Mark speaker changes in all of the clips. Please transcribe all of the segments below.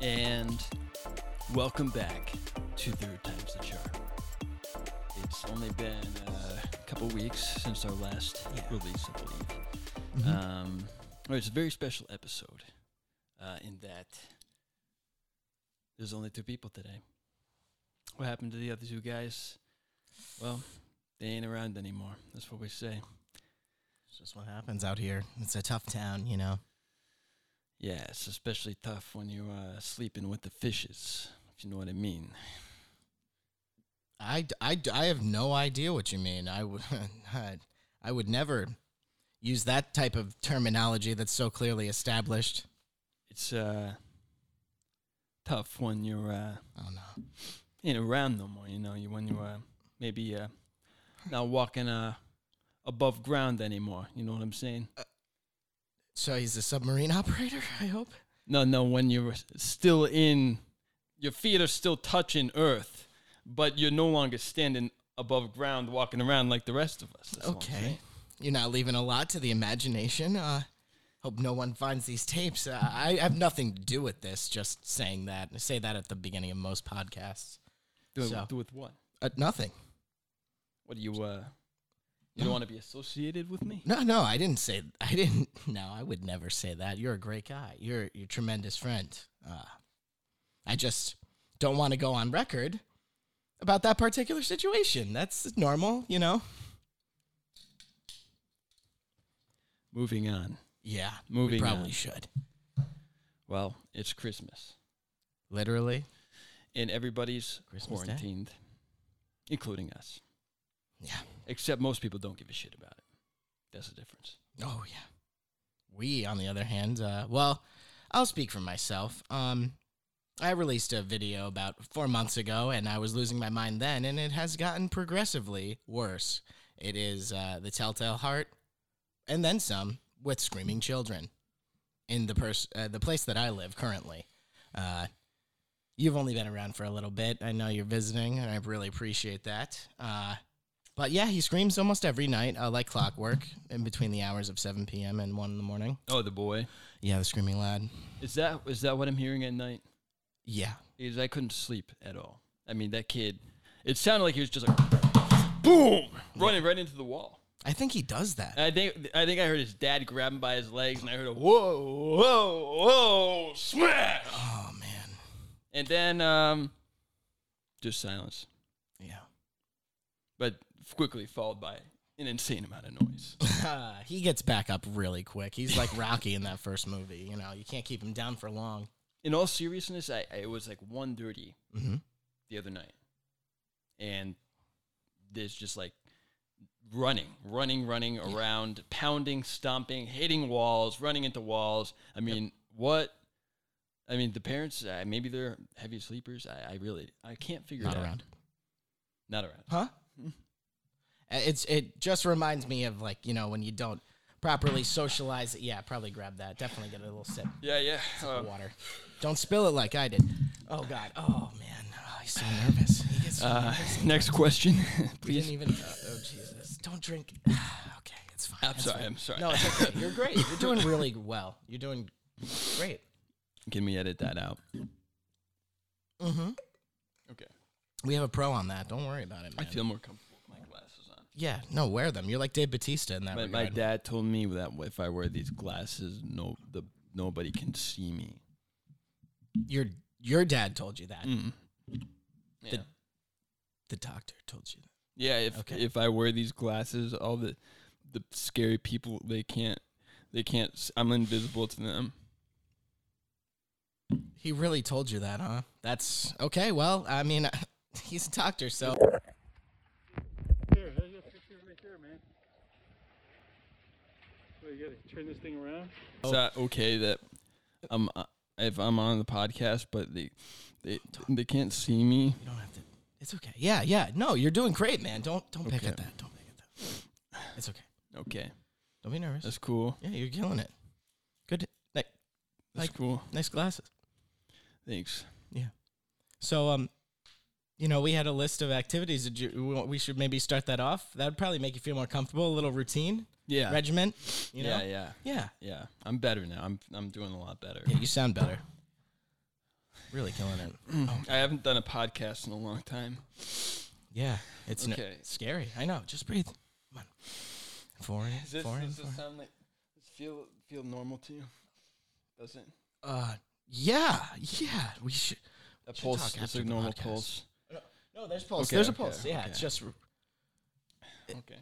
Speaker 1: and welcome back to Third Times the Charm. It's only been uh, a couple weeks since our last release, I believe.
Speaker 2: Mm-hmm.
Speaker 1: Um, well, it's a very special episode uh, in that there's only two people today. What happened to the other two guys? Well, they ain't around anymore. That's what we say.
Speaker 2: It's just what happens out here. It's a tough town, you know.
Speaker 1: Yeah, it's especially tough when you're uh, sleeping with the fishes, if you know what I mean.
Speaker 2: I, d- I d- I have no idea what you mean. I would I- I would never use that type of terminology that's so clearly established.
Speaker 1: It's uh, tough when you're uh,
Speaker 2: Oh no.
Speaker 1: ain't around no more. You know, you when you uh, maybe uh, not walking uh, above ground anymore. You know what I'm saying?
Speaker 2: So he's a submarine operator, I hope.
Speaker 1: No, no, when you're s- still in, your feet are still touching earth, but you're no longer standing above ground, walking around like the rest of us. That's all I'm
Speaker 2: Okay.
Speaker 1: saying.
Speaker 2: You're not leaving a lot to the imagination. Uh hope no one finds these tapes. Uh, I have nothing to do with this, just saying that. I say that at the beginning of most podcasts.
Speaker 1: Do, it-
Speaker 2: So-
Speaker 1: do with what?
Speaker 2: Uh, nothing.
Speaker 1: What do you uh? You don't want to be associated with me?
Speaker 2: No, no, I didn't say. I didn't. No, I would never say that. You're a great guy. You're you're a tremendous friend. Uh, I just don't want to go on record about that particular situation. That's normal, you know.
Speaker 1: Moving on.
Speaker 2: Yeah,
Speaker 1: Moving
Speaker 2: We probably
Speaker 1: on.
Speaker 2: should.
Speaker 1: Well, it's Christmas,
Speaker 2: Literally.
Speaker 1: and everybody's
Speaker 2: Christmas Day?
Speaker 1: quarantined, including us.
Speaker 2: Yeah.
Speaker 1: Except most people don't give a shit about it. That's the difference.
Speaker 2: Oh yeah. We, on the other hand, uh, well, I'll speak for myself. Um, I released a video about four months ago, and I was losing my mind then, and it has gotten progressively worse. It is uh, the Telltale Heart, and then some with screaming children in the pers- uh, the place that I live currently. Uh, you've only been around for a little bit. I know you're visiting, and I really appreciate that. Uh, but yeah, he screams almost every night, uh, like clockwork, in between the hours of 7 p.m. and 1 in the morning.
Speaker 1: Oh, the boy.
Speaker 2: Yeah, the screaming lad.
Speaker 1: Is that is that what I'm hearing at night?
Speaker 2: Yeah.
Speaker 1: Because I couldn't sleep at all. I mean, that kid. It sounded like he was just like, boom, Uh, running right into the wall.
Speaker 2: I think he does that.
Speaker 1: And I think I think I heard his dad grab him by his legs, and I heard a whoa, whoa, whoa, smash.
Speaker 2: Oh, man.
Speaker 1: And then um, just silence,
Speaker 2: Yeah.
Speaker 1: but quickly followed by an insane amount of noise.
Speaker 2: Uh, he gets back up really quick. He's like Rocky in that first movie. You know, you can't keep him down for long.
Speaker 1: in all seriousness, I, I it was like 1.30
Speaker 2: Mm-hmm.
Speaker 1: the other night, and there's just like running, running, running around, pounding, stomping, hitting walls, running into walls. I mean, what? I mean, the parents uh, maybe they're heavy sleepers. I, I really I can't figure
Speaker 2: Not
Speaker 1: it
Speaker 2: around.
Speaker 1: out. Not around.
Speaker 2: Huh? Uh, It's it just reminds me of like you know when you don't properly socialize. Yeah, probably grab that. Definitely get a little sip
Speaker 1: Yeah, yeah. Um,
Speaker 2: of water. Don't spill it like I did. Oh God. Oh man. Oh, he's so nervous. He gets so
Speaker 1: Uh,
Speaker 2: nervous.
Speaker 1: next question,
Speaker 2: He
Speaker 1: please.
Speaker 2: didn't even. Oh Jesus. Don't drink. okay, it's fine.
Speaker 1: I'm
Speaker 2: it's
Speaker 1: sorry.
Speaker 2: fine.
Speaker 1: I'm sorry.
Speaker 2: No, it's okay. You're great. You're doing really well. You're doing great.
Speaker 1: Can we edit that out? Mm-hmm.
Speaker 2: Mm-hmm.
Speaker 1: Okay.
Speaker 2: We have a pro on that. Don't worry about it,
Speaker 1: I
Speaker 2: man.
Speaker 1: feel more comfortable with my glasses on.
Speaker 2: Yeah, no, wear them. You're like Dave Batista in that
Speaker 1: My, my
Speaker 2: regard.
Speaker 1: dad told me that if I wear these glasses, no, the nobody can see me.
Speaker 2: your your dad told you
Speaker 1: Mm.
Speaker 2: that.
Speaker 1: Yeah,
Speaker 2: The doctor told you that.
Speaker 1: yeah. If if I wear these glasses, all the the scary people they can't they can't. s- I'm invisible to them.
Speaker 2: He really told you that, huh? That's okay. Well, I mean, he's a doctor, so
Speaker 3: Here, there's your picture right there, man. What, you gotta turn this thing around?
Speaker 2: Oh.
Speaker 1: Is that okay that I'm uh, if I'm on the podcast, but they they they can't see me?
Speaker 2: you don't have to. It's okay. Yeah, yeah. No, you're doing great, man. Don't don't pick at
Speaker 1: Okay.
Speaker 2: that. Don't pick at that. It's okay.
Speaker 1: Okay,
Speaker 2: Don't be nervous.
Speaker 1: that's cool.
Speaker 2: yeah, you're killing it. Good. Like,
Speaker 1: That's
Speaker 2: Like-
Speaker 1: cool.
Speaker 2: nice glasses.
Speaker 1: Thanks.
Speaker 2: Yeah. So, um, you know, we had a list of activities. Did you? we- We should maybe start that off. That would probably make you feel more comfortable. A little routine,
Speaker 1: Yeah.
Speaker 2: regiment. You know.
Speaker 1: yeah. Yeah.
Speaker 2: Yeah.
Speaker 1: Yeah. I'm better now. I'm I'm doing a lot better.
Speaker 2: Yeah, you sound better. Really killing it. Oh,
Speaker 1: I haven't done a podcast in a long time.
Speaker 2: Yeah, it's no-
Speaker 1: Okay.
Speaker 2: scary. I know. Just breathe. Come on. Four in,
Speaker 1: Is this,
Speaker 2: four in,
Speaker 1: does
Speaker 2: four
Speaker 1: this
Speaker 2: in.
Speaker 1: sound like does it feel feel normal to you? Does it?
Speaker 2: Uh, yeah, yeah. We should.
Speaker 1: A
Speaker 2: Should
Speaker 1: pulse.
Speaker 2: talk
Speaker 1: It's
Speaker 2: after
Speaker 1: a
Speaker 2: the
Speaker 1: normal
Speaker 2: podcast.
Speaker 1: pulse.
Speaker 2: No, there's pulse.
Speaker 1: Okay,
Speaker 2: there's a
Speaker 1: okay,
Speaker 2: pulse. Yeah,
Speaker 1: okay.
Speaker 2: it's just.
Speaker 1: Okay.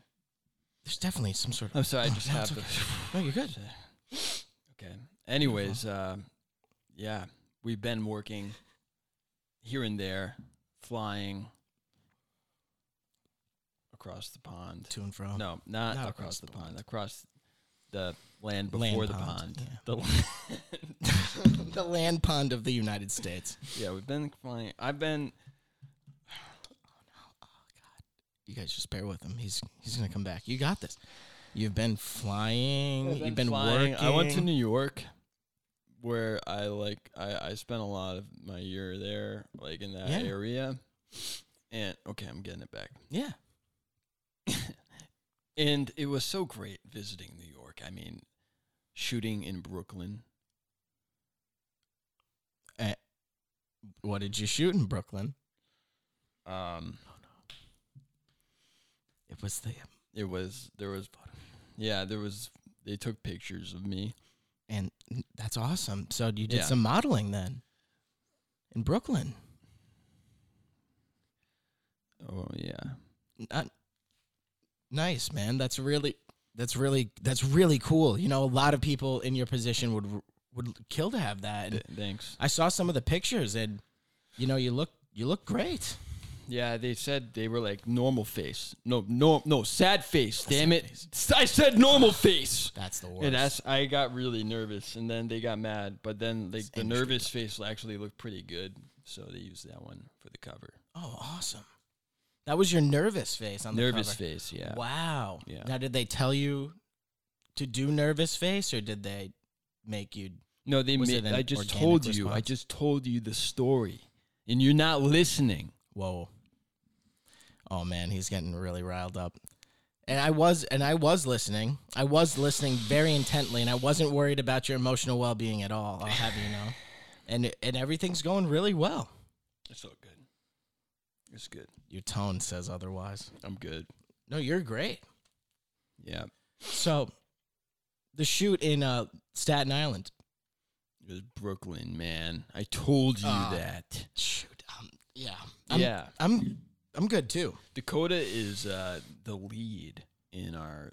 Speaker 2: There's definitely some sort of.
Speaker 1: I'm Oh, sorry. I
Speaker 2: No,
Speaker 1: just
Speaker 2: no,
Speaker 1: have
Speaker 2: it's
Speaker 1: to.
Speaker 2: No, you're good.
Speaker 1: Okay. Anyways, uh, yeah, we've been working here and there, flying across the pond.
Speaker 2: To and fro.
Speaker 1: No, not, across, the pond. Across the land before
Speaker 2: Land
Speaker 1: the
Speaker 2: pond,
Speaker 1: pond.
Speaker 2: yeah.
Speaker 1: The land.
Speaker 2: the land pond of the United States.
Speaker 1: yeah, we've been flying. I've been.
Speaker 2: You guys just bear with him. He's he's gonna come back. You got this. You've been flying. You've been
Speaker 1: flying.
Speaker 2: working.
Speaker 1: I went to New York, where I like I I spent a lot of my year there, like in that
Speaker 2: Yeah.
Speaker 1: area. And okay, I'm getting it back.
Speaker 2: Yeah.
Speaker 1: And it was so great visiting New York. I mean, shooting in Brooklyn.
Speaker 2: What did you shoot in Brooklyn?
Speaker 1: Um,
Speaker 2: It was the
Speaker 1: it was there was, yeah, there was. They took pictures of me.
Speaker 2: and that's awesome. So you did
Speaker 1: Yeah.
Speaker 2: some modeling then in Brooklyn.
Speaker 1: Oh yeah,
Speaker 2: Not nice, man. That's really that's really that's really cool. You know, a lot of people in your position would would kill to have that. And
Speaker 1: Th- thanks.
Speaker 2: I saw some of the pictures, and you know, you look you look great.
Speaker 1: Yeah, they said they were like normal face. No, no, no, sad face. Damn
Speaker 2: sad
Speaker 1: it!
Speaker 2: face.
Speaker 1: S- I said normal face.
Speaker 2: That's the worst.
Speaker 1: And that's I got really nervous, and then they got mad. But then like the
Speaker 2: industry
Speaker 1: nervous face actually looked pretty good, so they used that one for the cover.
Speaker 2: oh, awesome. That was your nervous face on the
Speaker 1: nervous
Speaker 2: cover.
Speaker 1: face, yeah.
Speaker 2: Wow.
Speaker 1: Yeah.
Speaker 2: Now, did they tell you to do nervous face, or did they make you?
Speaker 1: No, they
Speaker 2: Was
Speaker 1: made.
Speaker 2: it an
Speaker 1: I just
Speaker 2: organic
Speaker 1: told you. I
Speaker 2: response?
Speaker 1: just told you the story, and you're not listening.
Speaker 2: Whoa. Oh man, he's getting really riled up. And I was and I was listening. I was listening very intently and I wasn't worried about your emotional well-being at all. I'll have you know. And and everything's going really well.
Speaker 1: It's all good. It's good.
Speaker 2: Your tone says otherwise.
Speaker 1: I'm good.
Speaker 2: No, you're great.
Speaker 1: Yeah,
Speaker 2: So the shoot in uh, Staten Island.
Speaker 1: it was Brooklyn, man. I told you
Speaker 2: Ah.
Speaker 1: that.
Speaker 2: Shoot. Um, yeah. I'm,
Speaker 1: yeah,
Speaker 2: I'm I'm good too.
Speaker 1: Dakota is uh, the lead in our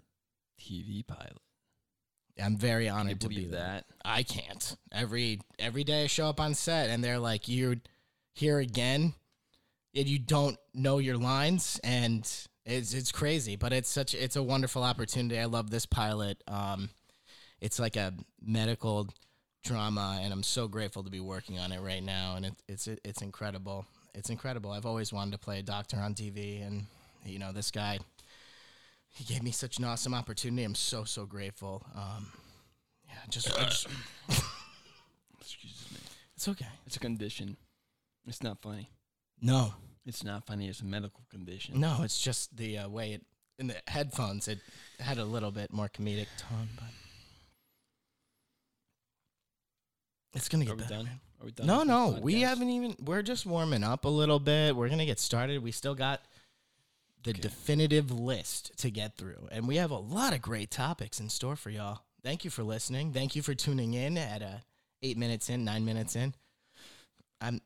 Speaker 1: TV pilot.
Speaker 2: I'm very
Speaker 1: Can you
Speaker 2: honored to be
Speaker 1: believe
Speaker 2: there.
Speaker 1: that?
Speaker 2: I can't. Every every day I show up on set and they're like, "You're here again," and you don't know your lines, and it's it's crazy. But it's such it's a wonderful opportunity. I love this pilot. Um, it's like a medical drama, and I'm so grateful to be working on it right now. And it, it's it's incredible. It's incredible. I've always wanted to play a doctor on TV, and you know this guy. He gave me such an awesome opportunity. I'm so so grateful. Um, yeah, just, I just
Speaker 1: Excuse me.
Speaker 2: it's okay.
Speaker 1: It's a condition. It's not funny.
Speaker 2: No,
Speaker 1: It's not funny. It's a medical condition.
Speaker 2: no, it's just the uh, way it in the headphones. It had a little bit more comedic tone, but it's gonna
Speaker 1: Are
Speaker 2: get
Speaker 1: we
Speaker 2: better.
Speaker 1: done?
Speaker 2: man.
Speaker 1: Are we done?
Speaker 2: No,
Speaker 1: with this
Speaker 2: no, we
Speaker 1: podcast?
Speaker 2: haven't even. We're just warming up a little bit. We're gonna get started. We still got the
Speaker 1: Okay.
Speaker 2: definitive list to get through, and we have a lot of great topics in store for y'all. Thank you for listening. Thank you for tuning in at uh, eight minutes in, nine minutes in. I'm,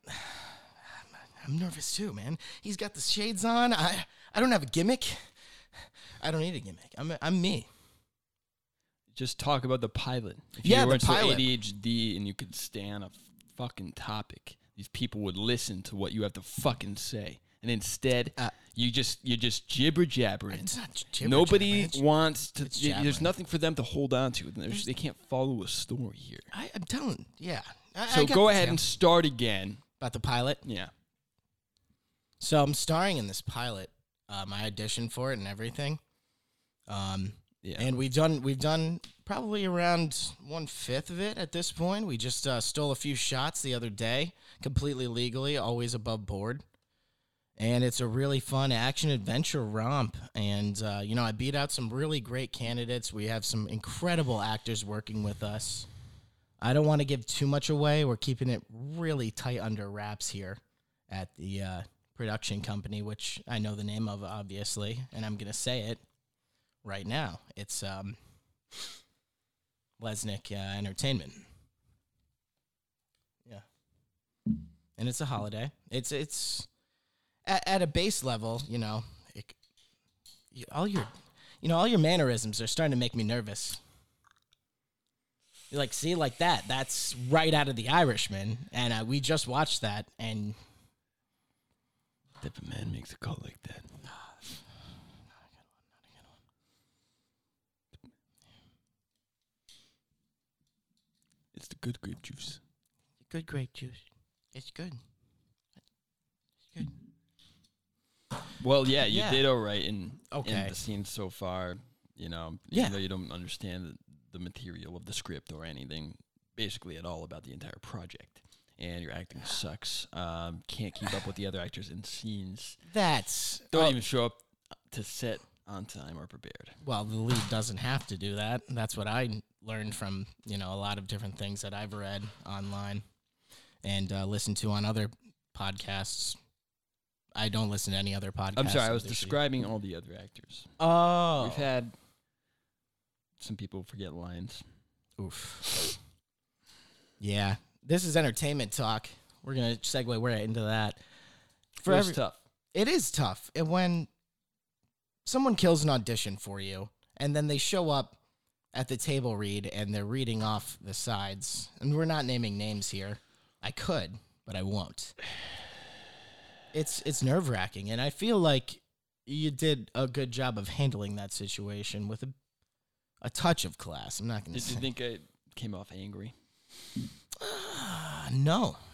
Speaker 2: I'm nervous too, man. He's got the shades on. I, I don't have a gimmick. I don't need a gimmick. I'm, I'm me.
Speaker 1: Just talk about the pilot. If
Speaker 2: Yeah,
Speaker 1: you
Speaker 2: the
Speaker 1: weren't
Speaker 2: pilot.
Speaker 1: so ADHD and you could stay on a fucking topic, these people would listen to what you have to fucking say. And instead,
Speaker 2: Uh,
Speaker 1: you just you're just gibber jabbering.
Speaker 2: It's not jibber
Speaker 1: Nobody
Speaker 2: jabber. It's-
Speaker 1: wants to.
Speaker 2: it's
Speaker 1: y- there's
Speaker 2: jabbering.
Speaker 1: nothing for them to hold on to. There's, they can't follow a story here.
Speaker 2: I, I'm telling. Yeah. I, I
Speaker 1: So
Speaker 2: got
Speaker 1: go
Speaker 2: the
Speaker 1: ahead
Speaker 2: jam.
Speaker 1: and start again.
Speaker 2: about the pilot.
Speaker 1: Yeah.
Speaker 2: So I'm starring in this pilot. Um, I auditioned for it and everything. Um,
Speaker 1: Yeah.
Speaker 2: and we've done we've done probably around one fifth of it at this point. We just uh, stole a few shots the other day, completely legally, always above board. And it's a really fun action adventure romp. And uh, you know, I beat out some really great candidates. We have some incredible actors working with us. I don't want to give too much away. We're keeping it really tight under wraps here at the uh, production company, which I know the name of, obviously, and I'm going to say it right now. It's um, Lesnick uh, Entertainment. Yeah, and it's a holiday. It's it's at, at a base level, you know. It, you, all your, you know, all your mannerisms are starting to make me nervous. You're like, see, like that. That's right out of The Irishman, and uh, we just watched that, and
Speaker 1: If a man makes a call like that, it's the good grape juice.
Speaker 2: Good grape juice. It's good.
Speaker 1: Well, yeah, you
Speaker 2: Yeah.
Speaker 1: did all right in, in
Speaker 2: Okay.
Speaker 1: the scene so far. You know,
Speaker 2: Yeah.
Speaker 1: even though you don't understand the material of the script or anything, basically at all about the entire project, and your acting sucks. Um, can't keep up with the other actors in scenes.
Speaker 2: That's
Speaker 1: Don't
Speaker 2: well,
Speaker 1: even show up to set on time or prepared.
Speaker 2: well, the lead doesn't have to do that. That's what I learned from you know a lot of different things that I've read online and uh, listened to on other podcasts. I don't listen to any other podcast.
Speaker 1: I'm sorry, I was
Speaker 2: other than-
Speaker 1: describing all the other actors.
Speaker 2: Oh,
Speaker 1: We've had some people forget lines.
Speaker 2: Oof. Yeah, this is entertainment talk. We're gonna segue right into that.
Speaker 1: For
Speaker 2: For
Speaker 1: it was
Speaker 2: every,
Speaker 1: tough.
Speaker 2: it is tough and when someone kills an audition for you and then they show up at the table read and they're reading off the sides and we're not naming names here i could but i won't it's it's nerve-wracking and i feel like you did a good job of handling that situation with a, a touch of class i'm not going to
Speaker 1: Did you
Speaker 2: say
Speaker 1: think I came off angry?
Speaker 2: Ah, no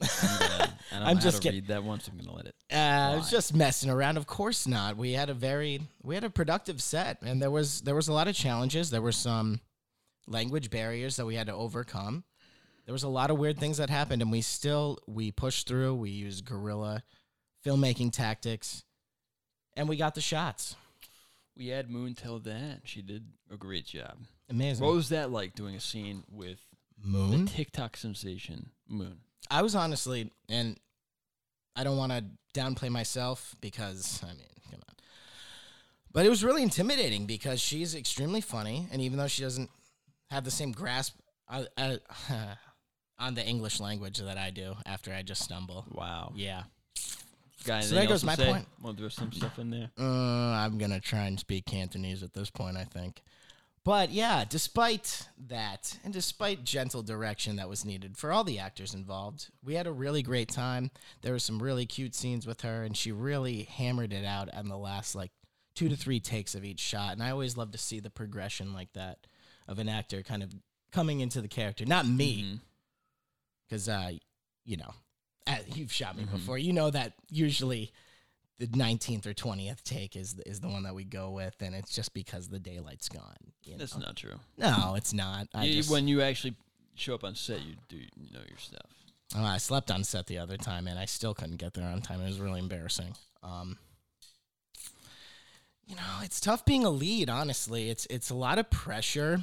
Speaker 1: I'm, gonna- I don't
Speaker 2: I'm
Speaker 1: know
Speaker 2: just
Speaker 1: how to
Speaker 2: kidding.
Speaker 1: read that once. I'm gonna let it.
Speaker 2: Uh, I was
Speaker 1: Why?
Speaker 2: just messing around. Of course not. We had a very we had a productive set, and there was there was a lot of challenges. There were some language barriers that we had to overcome. There was a lot of weird things that happened, and we still we pushed through. We used guerrilla filmmaking tactics, and we got the shots.
Speaker 1: We had Moon tell that she did a great job.
Speaker 2: Amazing.
Speaker 1: What was that like doing a scene with the
Speaker 2: Moon.
Speaker 1: TikTok sensation Moon?
Speaker 2: I was honestly, and I don't want to downplay myself because I mean, come on. But it was really intimidating because she's extremely funny, and even though she doesn't have the same grasp uh, uh, on the English language that I do, after I just stumble,
Speaker 1: Wow.
Speaker 2: yeah,
Speaker 1: Guy,
Speaker 2: So
Speaker 1: anything
Speaker 2: there
Speaker 1: else
Speaker 2: goes
Speaker 1: to
Speaker 2: my
Speaker 1: say?
Speaker 2: point.
Speaker 1: Want to throw some stuff in there?
Speaker 2: uh, I'm gonna try and speak Cantonese at this point, I think. But yeah, despite that, and despite gentle direction that was needed for all the actors involved, we had a really great time. There were some really cute scenes with her, and she really hammered it out on the last like two to three takes of each shot. And I always love to see the progression like that of an actor kind of coming into the character. Not me,
Speaker 1: Mhm.
Speaker 2: because uh, you know, uh, you've shot
Speaker 1: Mm-hmm.
Speaker 2: me before. You know that usually the 19th or 20th take is is the one that we go with, and it's just because the daylight's gone. You know?
Speaker 1: That's not true.
Speaker 2: No, it's not. I
Speaker 1: You-
Speaker 2: just
Speaker 1: when you actually show up on set, you do know your stuff.
Speaker 2: oh, I slept on set the other time, and I still couldn't get there on time. It was really embarrassing. Um, you know, it's tough being a lead. Honestly, it's it's a lot of pressure.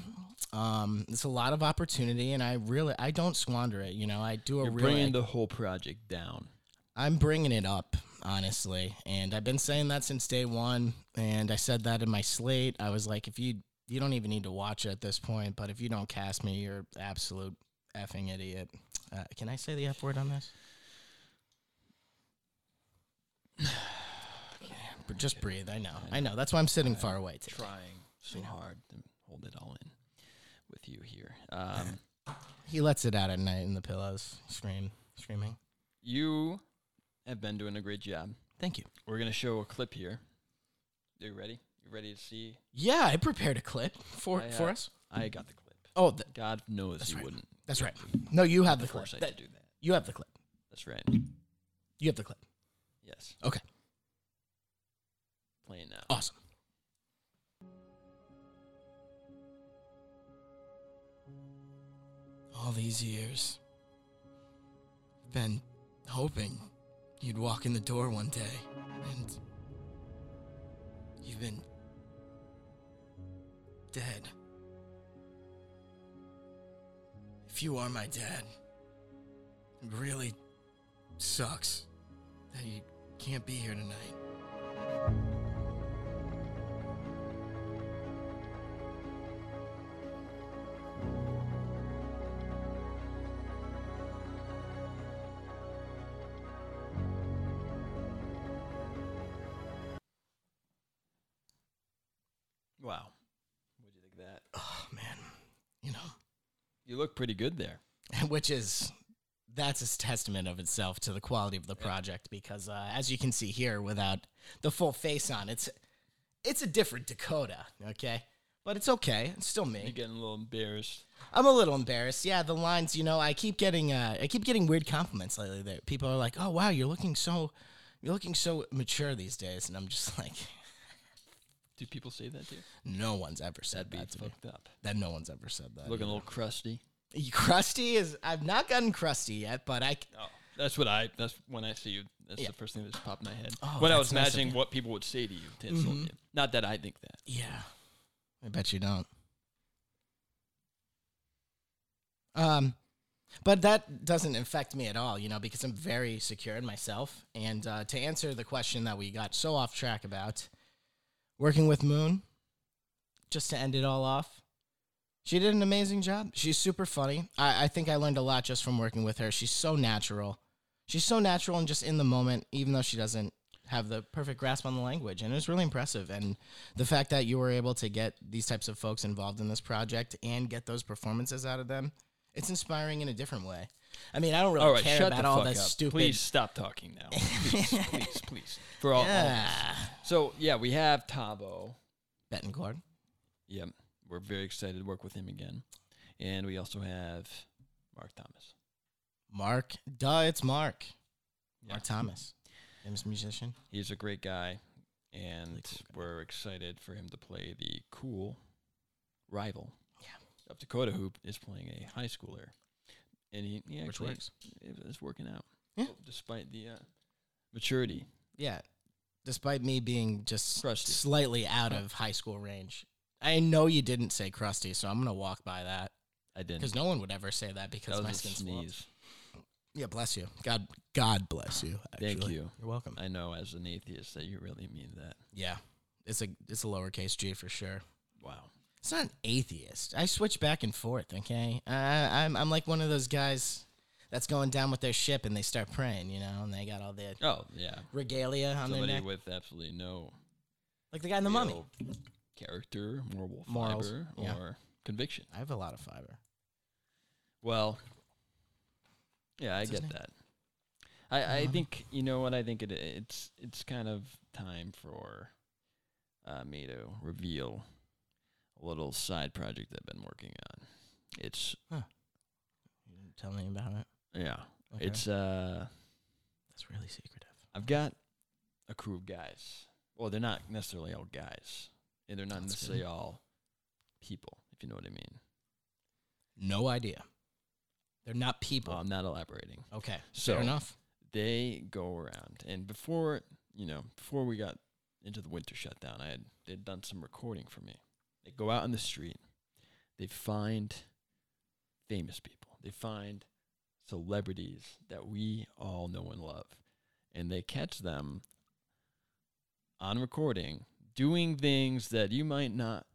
Speaker 2: Um, it's a lot of opportunity, and I really I don't squander it. You know, I do a
Speaker 1: You're
Speaker 2: really
Speaker 1: bringing the whole project down.
Speaker 2: I'm bringing it up, honestly. And I've been saying that since day one. And I said that in my slate. I was like, if you you don't even need to watch it at this point, but if you don't cast me, you're an absolute effing idiot. Uh, can I say the F word on this? But Just breathe. I know. I know. That's why I'm sitting far away. Today.
Speaker 1: Trying so hard to hold it all in with you here. Um,
Speaker 2: He lets it out at night in the pillows, scream, screaming.
Speaker 1: you have been doing a great job.
Speaker 2: Thank you.
Speaker 1: We're gonna show a clip here. You ready? You ready to see?
Speaker 2: Yeah, I prepared a clip for
Speaker 1: I, uh,
Speaker 2: for us.
Speaker 1: I got the clip.
Speaker 2: Oh, th-
Speaker 1: God knows
Speaker 2: That's
Speaker 1: you
Speaker 2: right.
Speaker 1: wouldn't.
Speaker 2: that's right. No, you have the
Speaker 1: Of
Speaker 2: clip.
Speaker 1: course, I
Speaker 2: That- Mm.
Speaker 1: could do that.
Speaker 2: You have the clip.
Speaker 1: That's right.
Speaker 2: You have the clip.
Speaker 1: Yes.
Speaker 2: Okay.
Speaker 1: Playing now.
Speaker 2: Awesome. All these years, I've been hoping you'd walk in the door one day, and you've been Dad. If you are my dad, it really sucks that you can't be here tonight.
Speaker 1: Wow. What do you think of that?
Speaker 2: Oh, man. You know,
Speaker 1: You look pretty good there.
Speaker 2: which is that's a testament of itself to the quality of the project because uh, as you can see here without the full face on it's it's a different dakota okay but it's okay it's still
Speaker 1: You're
Speaker 2: me
Speaker 1: getting a little embarrassed.
Speaker 2: i'm a little embarrassed yeah the lines you know i keep getting uh, i keep getting weird compliments lately that people are like oh wow you're looking so you're looking so mature these days and i'm just like
Speaker 1: Do people say that to you?
Speaker 2: no one's ever
Speaker 1: That'd
Speaker 2: said
Speaker 1: be
Speaker 2: that to me
Speaker 1: fucked up.
Speaker 2: that no one's ever said that
Speaker 1: Looking a little crusty.
Speaker 2: crusty is i've not gotten crusty yet but i
Speaker 1: Oh, that's what I. That's when I see you. That's
Speaker 2: Yeah.
Speaker 1: the first thing that's popped in my head.
Speaker 2: Oh,
Speaker 1: when I
Speaker 2: that's Mm-hmm.
Speaker 1: was
Speaker 2: nice of
Speaker 1: imagining
Speaker 2: you.
Speaker 1: what people would say to you to insult you. Not that I think that.
Speaker 2: Yeah. I bet you don't. Um but that doesn't affect me at all, you know, because I'm very secure in myself. And uh, to answer the question that we got so off track about, working with Moon, just to end it all off, she did an amazing job. She's super funny. I, I think I learned a lot just from working with her. She's so natural. She's so natural and just in the moment, even though she doesn't have the perfect grasp on the language. And it was really impressive. And the fact that you were able to get these types of folks involved in this project and get those performances out of them, it's inspiring in a different way. I mean, I don't really
Speaker 1: all right,
Speaker 2: care
Speaker 1: shut
Speaker 2: about
Speaker 1: the
Speaker 2: all
Speaker 1: fuck
Speaker 2: that
Speaker 1: up.
Speaker 2: stupid.
Speaker 1: Please stop talking now. Please, please, please. For all, all of us.
Speaker 2: Yeah.
Speaker 1: So yeah, we have Tabo.
Speaker 2: Betancourt.
Speaker 1: Yep, we're very excited to work with him again, and we also have Mark Thomas.
Speaker 2: Mark. Duh, it's Mark.
Speaker 1: Yeah.
Speaker 2: Mark Thomas. Famous musician.
Speaker 1: He's a great guy, and
Speaker 2: cool guy.
Speaker 1: we're excited for him to play the cool rival.
Speaker 2: Yeah.
Speaker 1: South Dakota Hoop is playing a high schooler, and he, he
Speaker 2: Which
Speaker 1: actually
Speaker 2: works.
Speaker 1: it- it's working out.
Speaker 2: Yeah.
Speaker 1: Despite the uh, maturity,
Speaker 2: Yeah. Despite me being just
Speaker 1: Crusty.
Speaker 2: slightly out of high school range. I know you didn't say crusty, so I'm going to walk by that
Speaker 1: I didn't.
Speaker 2: because no one would ever say that because
Speaker 1: That
Speaker 2: my
Speaker 1: was a
Speaker 2: skin's small.
Speaker 1: sneeze.
Speaker 2: Yeah, bless you. God God bless you. Actually.
Speaker 1: Thank you. Uh,
Speaker 2: You're welcome.
Speaker 1: I know, as an atheist, that you really mean that.
Speaker 2: Yeah. It's a it's a lowercase g for sure.
Speaker 1: Wow.
Speaker 2: It's not an atheist. I switch back and forth. Okay, uh, I'm I'm like one of those guys that's going down with their ship and they start praying, you know, and they got all their
Speaker 1: Oh yeah.
Speaker 2: regalia on
Speaker 1: Somebody
Speaker 2: their neck,
Speaker 1: with absolutely no
Speaker 2: like the guy in the mummy.
Speaker 1: real character, moral
Speaker 2: Morals,
Speaker 1: fiber,
Speaker 2: yeah.
Speaker 1: or conviction.
Speaker 2: I have a lot of fiber.
Speaker 1: Well, yeah, I
Speaker 2: What's his
Speaker 1: get
Speaker 2: name?
Speaker 1: that. I, I
Speaker 2: Um,
Speaker 1: think you know what I think it it's it's kind of time for uh, me to reveal a little side project I've been working on. It's
Speaker 2: You didn't tell me about it.
Speaker 1: yeah,
Speaker 2: Okay.
Speaker 1: it's uh
Speaker 2: that's really secretive.
Speaker 1: I've got a crew of guys. Well, they're not necessarily all guys, and they're not
Speaker 2: That's good.
Speaker 1: necessarily all people, if you know what I mean.
Speaker 2: No idea. They're not people.
Speaker 1: Well, I'm not elaborating.
Speaker 2: okay,
Speaker 1: so-
Speaker 2: fair enough.
Speaker 1: they go around and before you know before we got into the winter shutdown i had they'd done some recording for me they go out on the street they find famous people they find celebrities that we all know and love and they catch them on recording doing things that you might not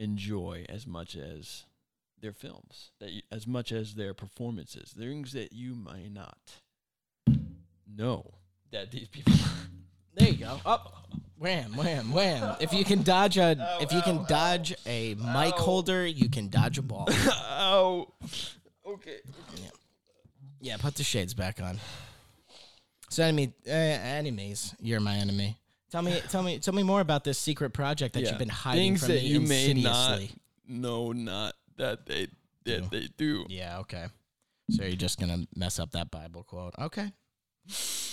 Speaker 1: enjoy as much as their films that you, as much as their performances things that you might not know that these people
Speaker 2: There you go. Up. Wham, wham, wham. If you can dodge a, if you can dodge a mic
Speaker 1: Ow.
Speaker 2: holder, you can dodge a ball.
Speaker 1: oh okay
Speaker 2: Yeah, put the shades back on. So, enemy, uh, enemies, you're my enemy. Tell me, tell me, tell me more about this secret project that
Speaker 1: Yeah.
Speaker 2: you've been hiding
Speaker 1: things
Speaker 2: from
Speaker 1: that
Speaker 2: me
Speaker 1: you may not
Speaker 2: insidiously.
Speaker 1: know not that they that
Speaker 2: Do.
Speaker 1: they do
Speaker 2: Yeah, okay. So you're just gonna mess up that Bible quote? Okay.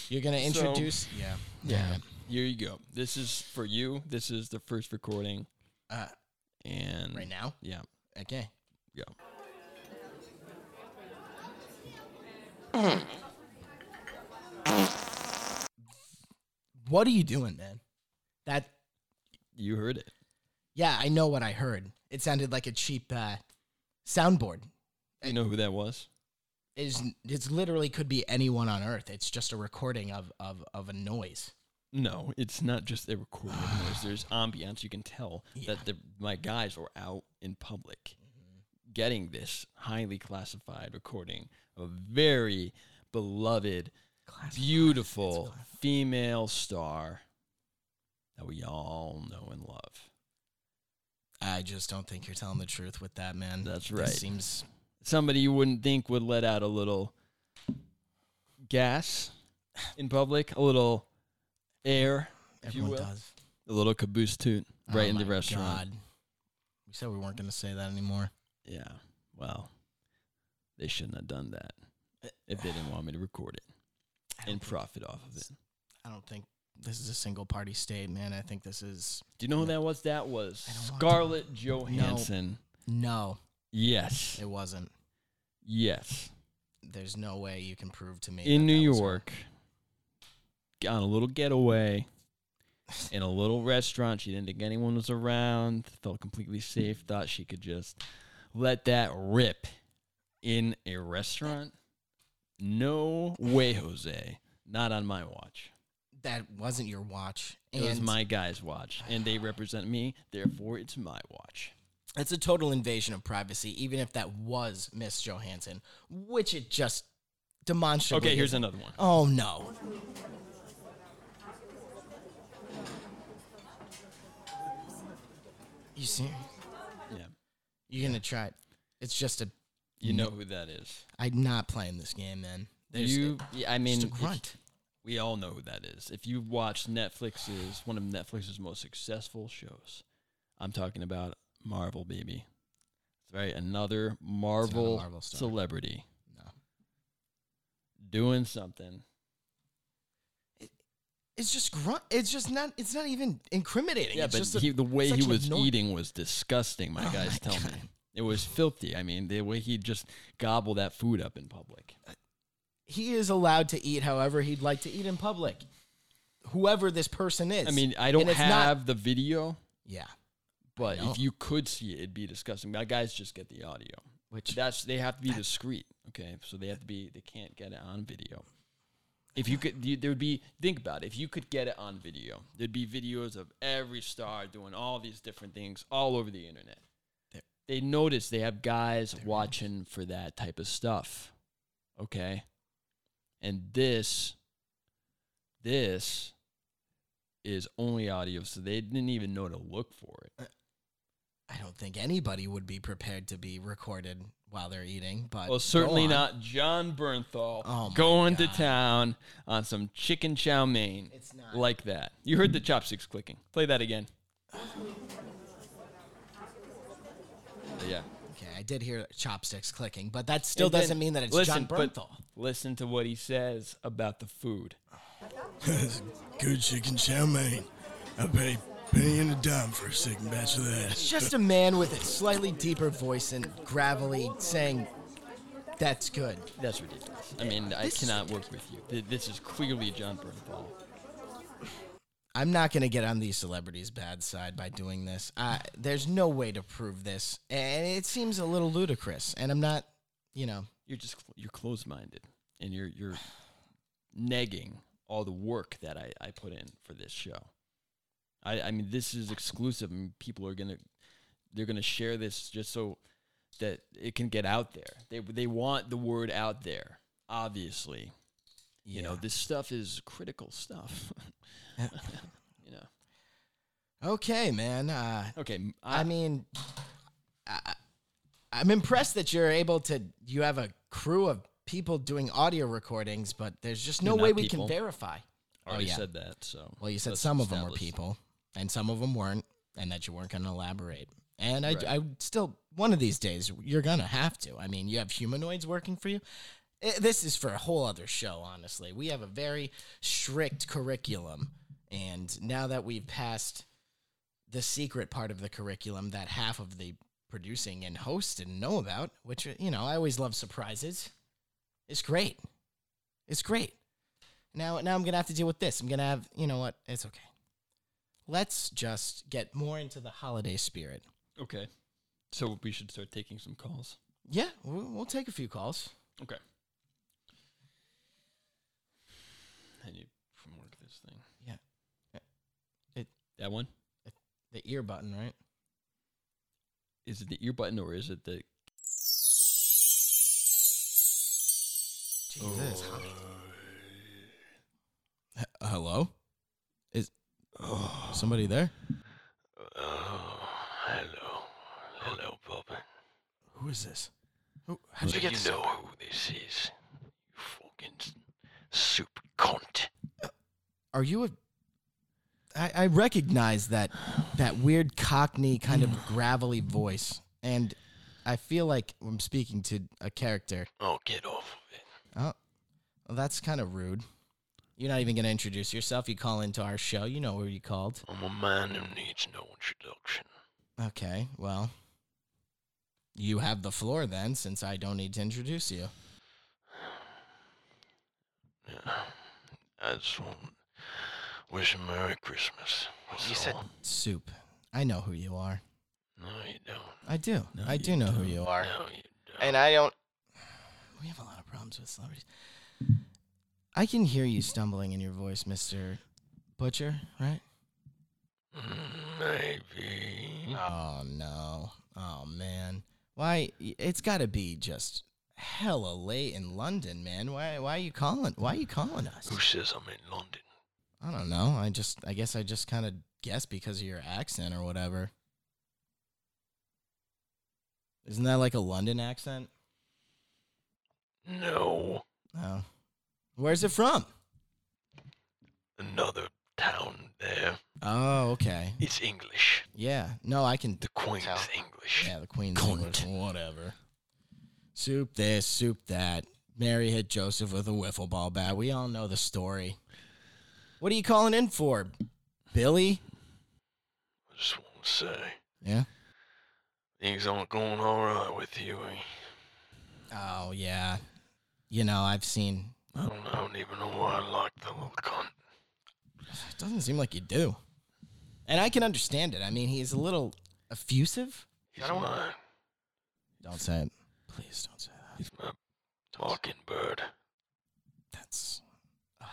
Speaker 2: You're gonna
Speaker 1: So-
Speaker 2: introduce? yeah,
Speaker 1: yeah here you go this is for you this is the first recording
Speaker 2: Uh,
Speaker 1: and
Speaker 2: right now?
Speaker 1: yeah
Speaker 2: Okay.
Speaker 1: yeah
Speaker 2: What are you doing, man? That
Speaker 1: you heard it
Speaker 2: Yeah, I know what I heard. It sounded like a cheap uh, soundboard.
Speaker 1: You know who that was?
Speaker 2: It is it's literally could be anyone on earth. It's just a recording of of, of a noise.
Speaker 1: No, it's not just a recording of noise. There's ambiance. You can tell
Speaker 2: Yeah.
Speaker 1: that the, my guys were out in public
Speaker 2: Mm-hmm.
Speaker 1: getting this highly classified recording of a very beloved, beautiful female star that we all know and love.
Speaker 2: I just don't think you're telling the truth with that, man.
Speaker 1: That's
Speaker 2: This
Speaker 1: right.
Speaker 2: seems
Speaker 1: Somebody you wouldn't think would let out a little gas in public, a little air, if you
Speaker 2: everyone
Speaker 1: will,
Speaker 2: does.
Speaker 1: a little caboose toot right
Speaker 2: Oh
Speaker 1: in the
Speaker 2: my
Speaker 1: restaurant.
Speaker 2: God. We said we weren't going to say that anymore.
Speaker 1: Yeah. Well, they shouldn't have done that if they didn't want me to record it
Speaker 2: I don't
Speaker 1: and
Speaker 2: think-
Speaker 1: profit off of it.
Speaker 2: I don't think this is a single party state, man. I think this is
Speaker 1: Do you know who that was? That was
Speaker 2: I don't want to.
Speaker 1: Scarlett Johansson.
Speaker 2: no,
Speaker 1: Yes.
Speaker 2: it wasn't.
Speaker 1: Yes.
Speaker 2: There's no way you can prove to me that
Speaker 1: In New
Speaker 2: that was her.
Speaker 1: York, on a little getaway in a little restaurant. She didn't think anyone was around, felt completely safe, thought she could just let that rip in a restaurant. No way, Jose. Not on my watch.
Speaker 2: That wasn't your watch.
Speaker 1: It was
Speaker 2: And
Speaker 1: my guy's watch, and they represent me. Therefore, it's my watch.
Speaker 2: It's a total invasion of privacy, even if that was Miss Johansson, which it just demonstrably.
Speaker 1: Okay, here's
Speaker 2: isn't.
Speaker 1: another one.
Speaker 2: Oh no! You see,
Speaker 1: Yeah,
Speaker 2: you're gonna try it. It's just a.
Speaker 1: you know who that is.
Speaker 2: I'm not playing this game, man. Mm. There's
Speaker 1: You, yeah, I mean,
Speaker 2: just a
Speaker 1: if-
Speaker 2: grunt.
Speaker 1: we all know who that is. If you've watched Netflix's one of Netflix's most successful shows, I'm talking about Marvel, baby. Right, another Marvel,
Speaker 2: Marvel star.
Speaker 1: celebrity
Speaker 2: No.
Speaker 1: doing something.
Speaker 2: It's just grunt. It's just not. It's not even incriminating.
Speaker 1: Yeah,
Speaker 2: it's
Speaker 1: but
Speaker 2: just a-
Speaker 1: he, the way he
Speaker 2: such an
Speaker 1: was
Speaker 2: annoying-
Speaker 1: eating was disgusting. My
Speaker 2: Oh
Speaker 1: guys
Speaker 2: my
Speaker 1: tell me
Speaker 2: God.
Speaker 1: it was filthy. I mean, the way he just gobbled that food up in public.
Speaker 2: he is allowed to eat however he'd like to eat in public. Whoever this person is.
Speaker 1: I mean, I don't
Speaker 2: and it's not-
Speaker 1: have the video,
Speaker 2: yeah.
Speaker 1: but
Speaker 2: know.
Speaker 1: if you could see it, it'd be disgusting. My guys just get the audio.
Speaker 2: Which
Speaker 1: That's they have to be discreet. Okay, so they have to be. They can't get it on video. If you could, you, there would be. Think about it. If you could get it on video, there'd be videos of every star doing all these different things all over the internet.
Speaker 2: There-
Speaker 1: They notice they have guys watching for that type of stuff. Okay, and this, this is only audio, so they didn't even know to look for it.
Speaker 2: I don't think anybody would be prepared to be recorded while they're eating, but
Speaker 1: Well, certainly
Speaker 2: go on.
Speaker 1: not John Bernthal
Speaker 2: Oh my
Speaker 1: going
Speaker 2: God.
Speaker 1: to town on some chicken chow mein
Speaker 2: It's not.
Speaker 1: like that. You heard the chopsticks clicking. Play that again. yeah.
Speaker 2: Okay, I did hear chopsticks clicking, but that still
Speaker 1: And then-
Speaker 2: doesn't mean that it's
Speaker 1: listen,
Speaker 2: John
Speaker 1: but
Speaker 2: Bernthal.
Speaker 1: Listen to what he says about the food.
Speaker 4: Good chicken chow mein. I pay penny and a dime for a second batch of that.
Speaker 2: It's just a man with a slightly deeper voice and gravelly saying, "That's good."
Speaker 1: That's ridiculous. I mean, I
Speaker 2: This is
Speaker 1: cannot work with you. Th- This is clearly John Bernthal.
Speaker 2: I'm not going to get on these celebrities' bad side by doing this. I, there's no way to prove this, and it seems a little ludicrous. And I'm not, you know,
Speaker 1: You're just cl- you're closed-minded, and you're you're negging all the work that I, I put in for this show. I, I mean, this is exclusive, and people are gonna they're gonna share this just so that it can get out there. They they want the word out there. Obviously, you know this stuff is critical stuff. you know,
Speaker 2: Okay, man. Uh,
Speaker 1: okay. m- I,
Speaker 2: I mean, I, I'm impressed that you're able to. You have a crew of people doing audio recordings, but there's just no
Speaker 1: They're
Speaker 2: way
Speaker 1: not
Speaker 2: we
Speaker 1: people.
Speaker 2: can verify.
Speaker 1: already
Speaker 2: oh, yeah.
Speaker 1: said that. So
Speaker 2: Well, you said
Speaker 1: let's
Speaker 2: some of them were
Speaker 1: establish-
Speaker 2: people, and some of them weren't, and that you weren't going to elaborate. And I,
Speaker 1: Right.
Speaker 2: I would still, one of these days, you're going to have to. I mean, you have humanoids working for you. Eh, this is for a whole other show, honestly. We have a very strict curriculum. And now that we've passed the secret part of the curriculum that half of the producing and hosts didn't know about, which, you know, I always love surprises. It's great. It's great. Now, now I'm gonna have to deal with this. I'm gonna have, you know what? It's okay. let's just get more into the holiday spirit.
Speaker 1: Okay. So we should start taking some calls.
Speaker 2: Yeah, we'll, we'll take a few calls.
Speaker 1: Okay. I need from work this thing.
Speaker 2: Yeah. Yeah.
Speaker 1: It,
Speaker 2: It-
Speaker 1: that one?
Speaker 2: The ear button, right?
Speaker 1: Is it the ear button or is it the
Speaker 2: Jeez, that is hot. H- Hello? Is somebody there?
Speaker 5: Oh, hello. Hello, Bubba.
Speaker 2: Who is this? Who? How did you
Speaker 5: you know who this is. You fucking s- super cunt.
Speaker 2: Are you a? I, I recognize that that weird Cockney kind of gravelly voice, and I feel like I'm speaking to a character.
Speaker 5: Oh, get off of it.
Speaker 2: Oh, well, that's kind of rude. You're not even going to introduce yourself. You call into our show. You know where you called.
Speaker 5: I'm a man who needs no introduction.
Speaker 2: Okay, well, you have the floor then, since I don't need to introduce you.
Speaker 5: Yeah. I just want wish him Merry Christmas. That's
Speaker 6: You said-
Speaker 5: all.
Speaker 2: Soup. I know who you are.
Speaker 5: No, you don't.
Speaker 2: I do.
Speaker 1: No,
Speaker 2: I
Speaker 1: you
Speaker 2: do know who
Speaker 1: don't.
Speaker 2: you are.
Speaker 5: No, you don't.
Speaker 6: And I don't.
Speaker 2: Oh. We have a lot of problems with celebrities. I can hear you stumbling in your voice, Mr. Butcher, right?
Speaker 5: Maybe.
Speaker 2: Oh, no. Oh, man. Why? It's got to be just hella late in London, man. Why, why are you calling? Why are you calling us?
Speaker 5: Who says I'm in London?
Speaker 2: I don't know. I just, I guess I just kind of guessed because of your accent or whatever. Isn't that like a London accent?
Speaker 5: No.
Speaker 2: No. Where's it from?
Speaker 5: Another town there.
Speaker 2: Oh, okay.
Speaker 5: It's English.
Speaker 2: Yeah. No, I can.
Speaker 5: The Queen's
Speaker 6: Town.
Speaker 5: English.
Speaker 2: Yeah, the Queen's English,
Speaker 5: Cunt.
Speaker 2: whatever. Soup this, soup that. Mary hit Joseph with a wiffle ball bat. We all know the story. What are you calling in for, Billy?
Speaker 5: I just want to say,
Speaker 2: Yeah.
Speaker 5: things aren't going all right with you. eh?
Speaker 2: Oh yeah. You know I've seen.
Speaker 5: I don't, I don't even know why I like the little cunt.
Speaker 2: It doesn't seem like you do. And I can understand it. I mean, he's a little effusive.
Speaker 5: He's
Speaker 6: don't-
Speaker 5: my,
Speaker 2: Don't say it. Please don't say that.
Speaker 5: he's my talking bird.
Speaker 2: That's. Oh,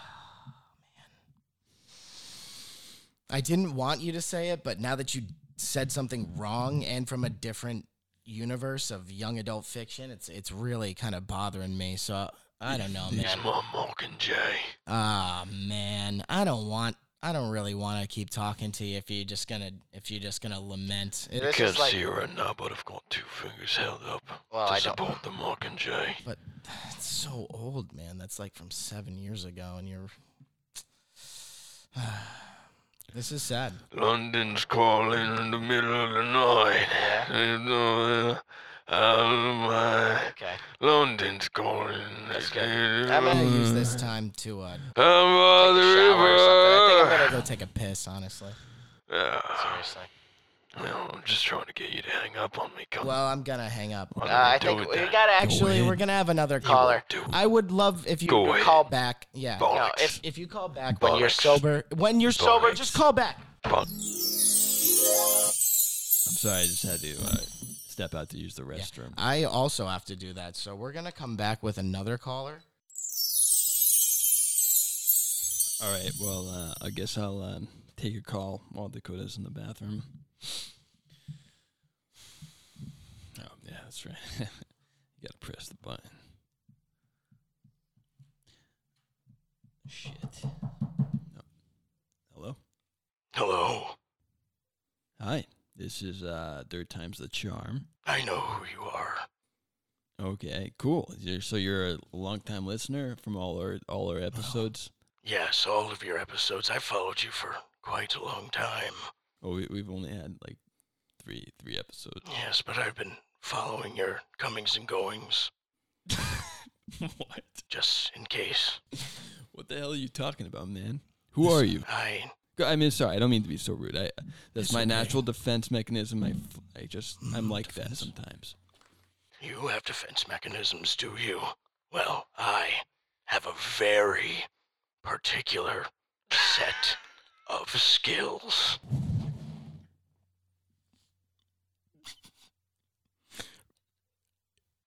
Speaker 2: man. I didn't want you to say it, but now that you said something wrong and from a different universe of young adult fiction, it's it's really kind of bothering me. So I don't know,
Speaker 5: He's
Speaker 2: man.
Speaker 5: my mockingjay.
Speaker 2: Ah, man. I don't want. I don't really want to keep talking to you if you're just gonna if you're just gonna lament. It-
Speaker 5: I
Speaker 6: This is
Speaker 5: can't
Speaker 6: like-
Speaker 5: see you right now, but I've got two fingers held up
Speaker 6: Well,
Speaker 5: to
Speaker 6: I don't.
Speaker 5: support the mockingjay.
Speaker 2: but that's so old, man. That's like from seven years ago, and you're. this is sad.
Speaker 5: London's calling in the middle of the night.
Speaker 6: Yeah.
Speaker 5: You know, uh, I'm, uh,
Speaker 6: Okay.
Speaker 5: London's calling.
Speaker 6: That's good. I'm
Speaker 2: I'm
Speaker 5: Mm.
Speaker 2: gonna
Speaker 6: gonna
Speaker 2: use this time to uh,
Speaker 5: I'm by the
Speaker 6: take a shower or something. I think I'm
Speaker 5: river.
Speaker 6: gonna
Speaker 2: go take a piss. Honestly,
Speaker 5: Yeah.
Speaker 6: Seriously.
Speaker 5: No, I'm just trying to get you to hang up on me. Come
Speaker 2: well, I'm gonna hang up.
Speaker 5: on.
Speaker 6: Uh, I think we gotta
Speaker 2: Actually,
Speaker 6: actually.
Speaker 2: we're gonna have another
Speaker 6: Caller.
Speaker 2: caller. I would love if you
Speaker 5: Go
Speaker 2: would
Speaker 5: ahead.
Speaker 2: call back. Yeah,
Speaker 6: No, if
Speaker 2: if you call back
Speaker 6: When
Speaker 2: when
Speaker 6: you're
Speaker 2: you're
Speaker 6: Bollocks.
Speaker 2: sober, when you're sober,
Speaker 5: Bollocks.
Speaker 2: just call back.
Speaker 1: I'm sorry, I just had to uh, step out to use the restroom.
Speaker 2: I also have to do that, so we're gonna come back with another caller.
Speaker 1: All right, well, uh, I guess I'll um, take a call while Dakota's in the bathroom. Oh, yeah, that's right. you gotta press the button. Shit. No. Hello?
Speaker 5: Hello.
Speaker 1: Hi, this is uh, Third Time's the Charm.
Speaker 5: I know who you are.
Speaker 1: Okay, cool. You're, so you're a longtime listener from all our all our episodes.
Speaker 5: Yes, all of your episodes. I followed you for quite a long time.
Speaker 1: Oh, we, we've only had like three three episodes.
Speaker 5: Yes, but I've been following your comings and goings
Speaker 1: what?
Speaker 5: just in case.
Speaker 1: What the hell are you talking about, man? Who are you?
Speaker 5: I
Speaker 1: Go- I mean, sorry, I don't mean to be so rude. I uh, that's my natural defense mechanism. I, f- I just I'm like that sometimes.
Speaker 5: you have defense mechanisms, do you? Well, I have a very particular set of skills.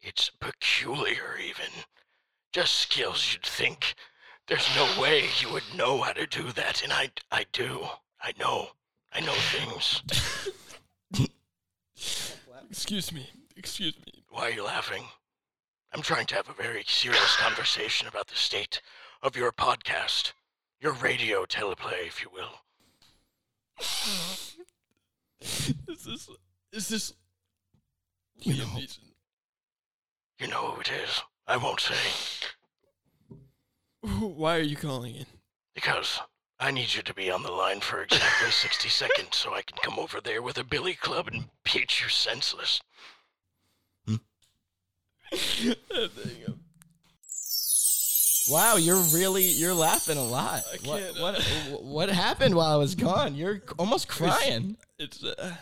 Speaker 5: It's peculiar, even. Just skills you'd think. There's no way you would know how to do that, and I, I do. I know. I know things.
Speaker 1: Excuse me. Excuse me.
Speaker 5: Why are you laughing? I'm trying to have a very serious conversation about the state of your podcast, your radio teleplay, if you will.
Speaker 1: Is this is this
Speaker 4: You know.
Speaker 1: Neeson?
Speaker 5: You know who it is. I won't say,
Speaker 1: Why are you calling in?
Speaker 5: because I need you to be on the line for exactly 60 seconds so I can come over there with a billy club and beat you senseless.
Speaker 1: That thing, um,
Speaker 2: Wow, you're really you're laughing a lot.
Speaker 1: I
Speaker 2: What
Speaker 1: can't, uh,
Speaker 2: what, what happened while I was gone? You're almost crying.
Speaker 1: It's uh,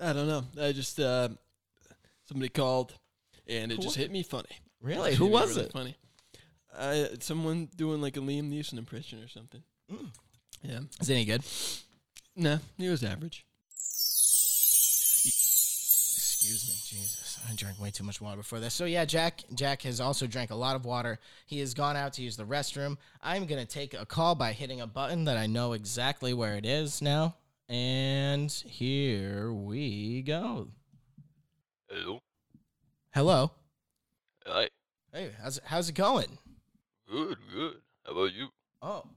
Speaker 1: I don't know. I just uh, somebody called, and it just hit me funny.
Speaker 2: Really?
Speaker 1: It
Speaker 2: Who
Speaker 1: hit me
Speaker 2: was
Speaker 1: really
Speaker 2: it?
Speaker 1: Funny. Uh, someone doing like a Liam Neeson impression or something. Yeah.
Speaker 2: Is it any good?
Speaker 1: No, he was average.
Speaker 2: Excuse me, Jesus. I drank way too much water before this. So yeah, Jack Jack has also drank a lot of water. He has gone out to use the restroom. I'm gonna take a call by hitting a button that I know exactly where it is now. And here we go.
Speaker 5: Hello?
Speaker 2: Hello.
Speaker 5: Hi.
Speaker 2: Hey, how's it, how's it going?
Speaker 5: Good, good. How about you?
Speaker 2: Oh.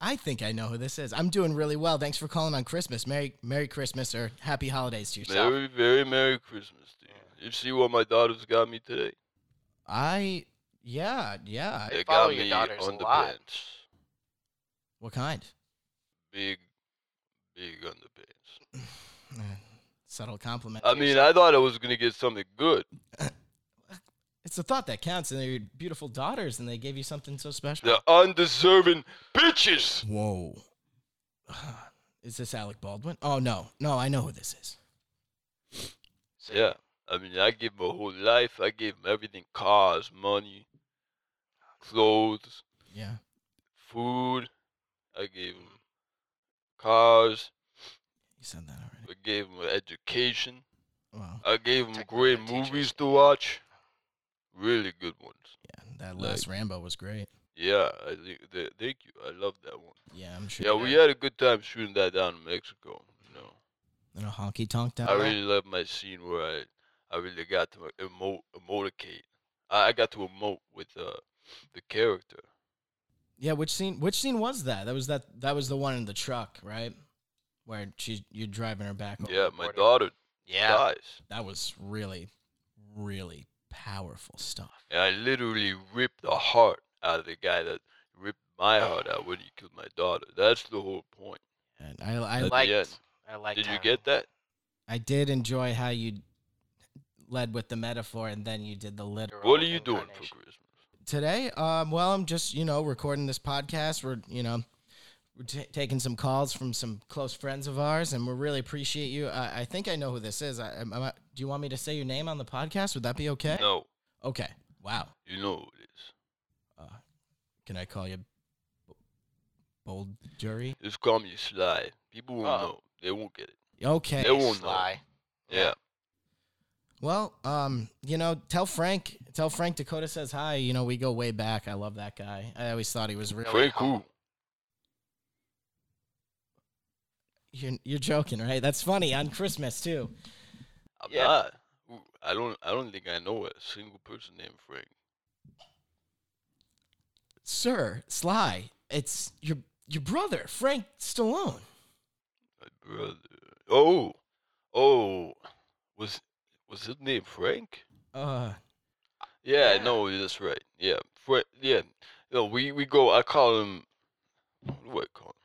Speaker 2: I think I know who this is. I'm doing really well. Thanks for calling on Christmas. Merry Merry Christmas or happy holidays to yourself.
Speaker 5: Very, very Merry Christmas to you. You see what my daughters got me today?
Speaker 2: I yeah, yeah. I-
Speaker 5: They
Speaker 6: follow
Speaker 5: got
Speaker 6: your
Speaker 5: me
Speaker 6: daughters
Speaker 5: on
Speaker 6: a
Speaker 5: the
Speaker 6: lot.
Speaker 5: bench.
Speaker 2: What kind?
Speaker 5: Big, big on the bench.
Speaker 2: Eh, Subtle compliment.
Speaker 5: I
Speaker 2: to
Speaker 5: mean,
Speaker 2: yourself.
Speaker 5: I thought I was going to get something good.
Speaker 2: it's the thought that counts, and they're your beautiful daughters, and they gave you something so special.
Speaker 5: The undeserving bitches!
Speaker 2: Whoa. Is this Alec Baldwin? Oh no, no, I know who this is.
Speaker 5: Yeah. I mean, I gave 'em a whole life. I gave 'em everything cars, money, clothes,
Speaker 2: Yeah.
Speaker 5: food. I gave 'em cars.
Speaker 2: You said that already.
Speaker 5: I gave 'em education.
Speaker 2: Well,
Speaker 5: I gave 'em
Speaker 6: Technically,
Speaker 5: great
Speaker 6: they're teachers.
Speaker 5: movies to watch. Really good ones.
Speaker 2: yeah, that last Rambo was great.
Speaker 5: Yeah. I think th- thank you. I love that one.
Speaker 2: Yeah, I'm sure.
Speaker 5: Yeah, we had a good time shooting that down in Mexico. You know,
Speaker 2: in a honky tonk down
Speaker 5: I
Speaker 2: there.
Speaker 5: really love my scene where I, I really got to emote, emoticate. I, I got to emote with uh, the character.
Speaker 2: Yeah, which scene? Which scene was that? That was that. That was the one in the truck, right? Where she, you're driving her back. home.
Speaker 5: Yeah, my
Speaker 6: Morty.
Speaker 5: daughter
Speaker 6: Oh, Yeah.
Speaker 5: dies.
Speaker 2: That was really, really powerful stuff.
Speaker 5: And I literally ripped the heart out of the guy that ripped my heart out when he killed my daughter. That's the whole point.
Speaker 2: And I, I,
Speaker 5: At the
Speaker 6: liked-
Speaker 5: end.
Speaker 6: I like
Speaker 5: Did you get that?
Speaker 2: I did enjoy how you led with the metaphor, and then you did the literal.
Speaker 5: What are you doing for
Speaker 6: Incarnation.
Speaker 5: Christmas?
Speaker 2: today um, well i'm just you know recording this podcast we're you know we're ta taking some calls from some close friends of ours and we really appreciate you i, I think i know who this is I, am I, do you want me to say your name on the podcast would that be okay
Speaker 6: Eh?
Speaker 5: No,
Speaker 2: okay wow
Speaker 5: you know who it is.
Speaker 2: uh, can i call you B- bold jury
Speaker 5: Just call me Sly. People won't
Speaker 6: Uh-oh.
Speaker 5: know. They won't get it.
Speaker 2: okay
Speaker 5: They won't know.
Speaker 6: Oh. Sly. Yeah.
Speaker 5: Yeah.
Speaker 2: well um you know tell frank tell frank dakota says hi you know we go way back i love that guy i always thought he was really
Speaker 5: Frank who?
Speaker 2: you're, you're joking right that's funny on christmas too
Speaker 5: I'm
Speaker 6: Yeah.
Speaker 5: not. Ooh, I don't. I don't think I know a single person named Frank.
Speaker 2: Sir, Sly, it's your your brother, Frank Stallone.
Speaker 5: My brother. Oh, oh, was was his name Frank?
Speaker 2: Uh,
Speaker 5: Yeah,
Speaker 6: Yeah.
Speaker 5: no, that's right. Yeah, Fra- yeah. No, we we go. I call him. What do I call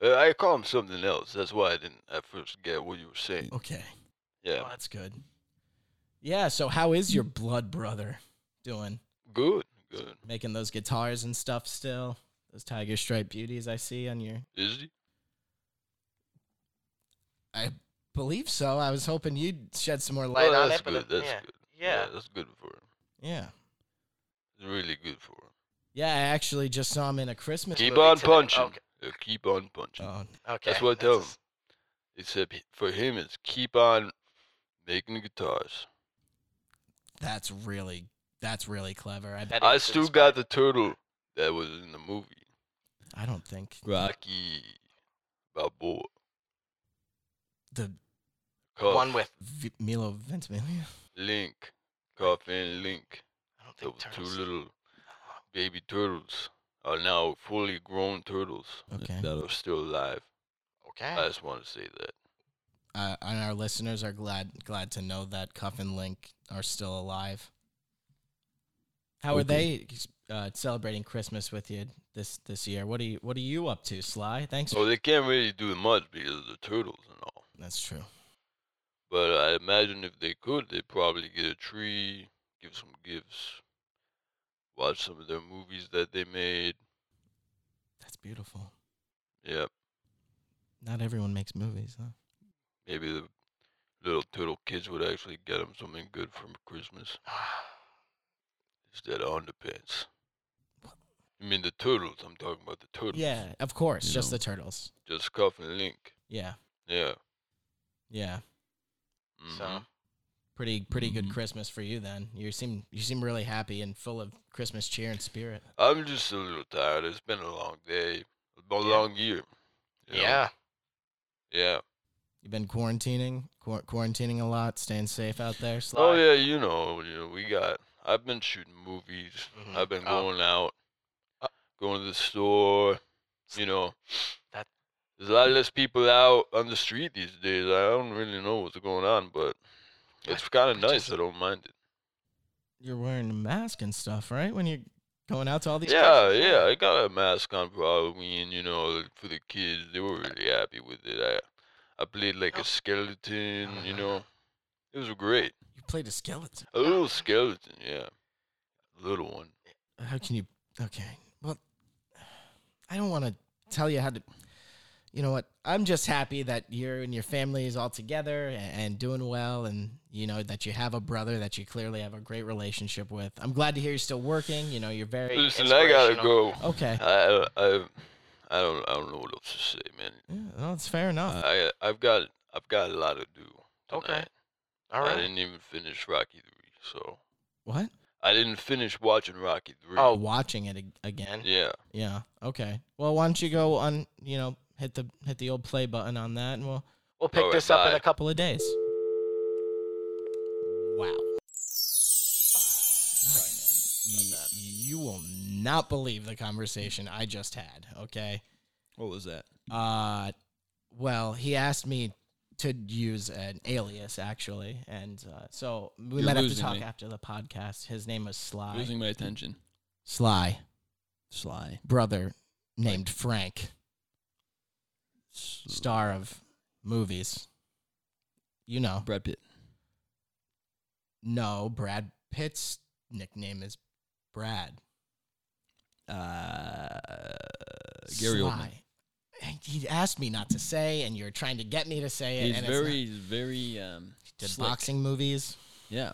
Speaker 5: him? Uh, I call him something else. That's why I didn't at first get what you were saying.
Speaker 2: okay.
Speaker 5: Yeah,
Speaker 2: Well, that's good. Yeah, so how is your blood brother doing?
Speaker 5: good, good.
Speaker 2: Making those guitars and stuff still? Those tiger stripe beauties I see on your
Speaker 5: Is he?
Speaker 2: I believe so. I was hoping you'd shed some more light.
Speaker 6: Light
Speaker 5: Well,
Speaker 6: on
Speaker 5: that's
Speaker 6: it, but
Speaker 5: good.
Speaker 6: the-
Speaker 5: That's
Speaker 6: yeah.
Speaker 5: good.
Speaker 6: Yeah.
Speaker 5: that's good for him.
Speaker 2: Yeah.
Speaker 5: It's really good for him.
Speaker 2: Yeah, I actually just saw him in a Christmas
Speaker 5: Keep
Speaker 6: movie
Speaker 5: on
Speaker 6: today.
Speaker 5: punching.
Speaker 6: Okay.
Speaker 5: Uh, keep on punching.
Speaker 2: Oh,
Speaker 6: Okay.
Speaker 5: what I tell
Speaker 6: just-
Speaker 5: Except he- for him, it's keep on making guitars.
Speaker 2: that's really that's really clever. I,
Speaker 6: that
Speaker 5: I
Speaker 6: is
Speaker 5: still
Speaker 6: inspiring.
Speaker 5: got the turtle that was in the movie.
Speaker 2: I don't think
Speaker 1: Rock.
Speaker 5: Rocky Balboa.
Speaker 2: the
Speaker 5: Cuff,
Speaker 6: one with.
Speaker 2: v- Milo Vince Milo.
Speaker 5: Link. Cuff and Link.
Speaker 6: I don't
Speaker 5: Those
Speaker 6: think
Speaker 5: two
Speaker 6: turtles.
Speaker 5: little baby turtles are now fully grown turtles.
Speaker 2: Okay.
Speaker 5: They're still alive.
Speaker 6: Okay.
Speaker 5: I just want to say that.
Speaker 2: Uh, and our listeners are glad glad to know that Cuff and Link are still alive. How are they uh, celebrating Christmas with you this this year? What are you What are you up to, Sly? Thanks.
Speaker 5: So Oh, they can't really do much because of the turtles and all.
Speaker 2: That's true.
Speaker 5: But I imagine if they could, they'd probably get a tree, give some gifts, watch some of their movies that they made.
Speaker 2: That's beautiful.
Speaker 5: Yeah,
Speaker 2: Not everyone makes movies, huh?
Speaker 5: maybe the little turtle kids would actually get them something good for Christmas instead of underpants. You mean the turtles? I'm talking about the turtles.
Speaker 2: Yeah, of course.
Speaker 1: You
Speaker 2: just
Speaker 1: know.
Speaker 2: the turtles.
Speaker 5: Just Cuff and Link.
Speaker 2: Yeah,
Speaker 5: Yeah.
Speaker 2: yeah.
Speaker 5: mhm.
Speaker 6: So
Speaker 2: Pretty pretty
Speaker 1: Mhm.
Speaker 2: good Christmas for you then. You seem you seem really happy and full of Christmas cheer and spirit.
Speaker 5: I'm just a little tired. It's been a long day, a long year. you know?
Speaker 6: yeah.
Speaker 5: Yeah.
Speaker 2: You've been quarantining, quar quarantining a lot, staying safe out there. Sly.
Speaker 5: Oh yeah, you know, you know, we got. I've been shooting movies.
Speaker 6: Mhm.
Speaker 5: I've been
Speaker 6: Oh.
Speaker 5: going out,
Speaker 6: Uh,
Speaker 5: going to the store. You know,
Speaker 6: That-
Speaker 5: there's a lot less people out on the street these days. I don't really know what's going on, but it's kind of
Speaker 6: I
Speaker 5: nice.
Speaker 6: just-
Speaker 5: I don't mind it.
Speaker 2: You're wearing a mask and stuff, right? When you're going out to all these
Speaker 5: Yeah,
Speaker 2: places?
Speaker 5: yeah. I got a mask on for Halloween. You know, for the kids, they were really happy with it. I, I played like
Speaker 6: Oh.
Speaker 5: a skeleton. You know, it was great.
Speaker 2: You played a skeleton.
Speaker 5: A little skeleton, yeah, little one.
Speaker 2: How can you? Okay. Well, I don't want to tell you how to. You know what? I'm just happy that you and your family is all together a- and, and doing well, and you know that you have a brother that you clearly have a great relationship with. I'm glad to hear you're still working. You know, you're very
Speaker 5: Listen, I gotta
Speaker 6: inspirational.
Speaker 5: go.
Speaker 2: okay.
Speaker 5: I, I, I don't, I don't know what else to say, man.
Speaker 2: Yeah, no, it's fair enough.
Speaker 5: I, I've got, I've got a lot to do.
Speaker 6: Okay.
Speaker 5: tonight.
Speaker 6: All
Speaker 5: I
Speaker 6: right.
Speaker 5: didn't even finish Rocky Three, so
Speaker 2: what?
Speaker 5: I didn't finish watching Rocky Three.
Speaker 2: Oh, watching it ag- again.
Speaker 5: yeah.
Speaker 2: Yeah. Okay. Well, why don't you go on? You know, hit the hit the old play button on that, and we'll
Speaker 6: We'll pick
Speaker 5: Alright,
Speaker 6: this up in
Speaker 5: bye.
Speaker 6: a couple.
Speaker 2: couple of days. Wow. You will not believe the conversation I just had, okay?
Speaker 1: What was that?
Speaker 2: Uh, well, he asked me to use an alias actually, and uh, so we
Speaker 1: You're
Speaker 2: might have to
Speaker 1: losing
Speaker 2: talk
Speaker 1: me.
Speaker 2: after the podcast. His name was Sly.
Speaker 1: Losing my attention.
Speaker 2: Sly,
Speaker 1: Sly.
Speaker 2: brother named Frank,
Speaker 1: S-
Speaker 2: star of movies. You know,
Speaker 1: Brad Pitt.
Speaker 2: no, Brad Pitt's nickname is Brad.
Speaker 1: Uh, Gary Oldman.
Speaker 2: Sly. And He asked me not to say, and you're trying to get me to say it.
Speaker 1: He's
Speaker 2: and
Speaker 1: very,
Speaker 2: It's
Speaker 1: he's very. Um,
Speaker 2: not, did
Speaker 1: slick.
Speaker 2: boxing movies.
Speaker 1: Yeah.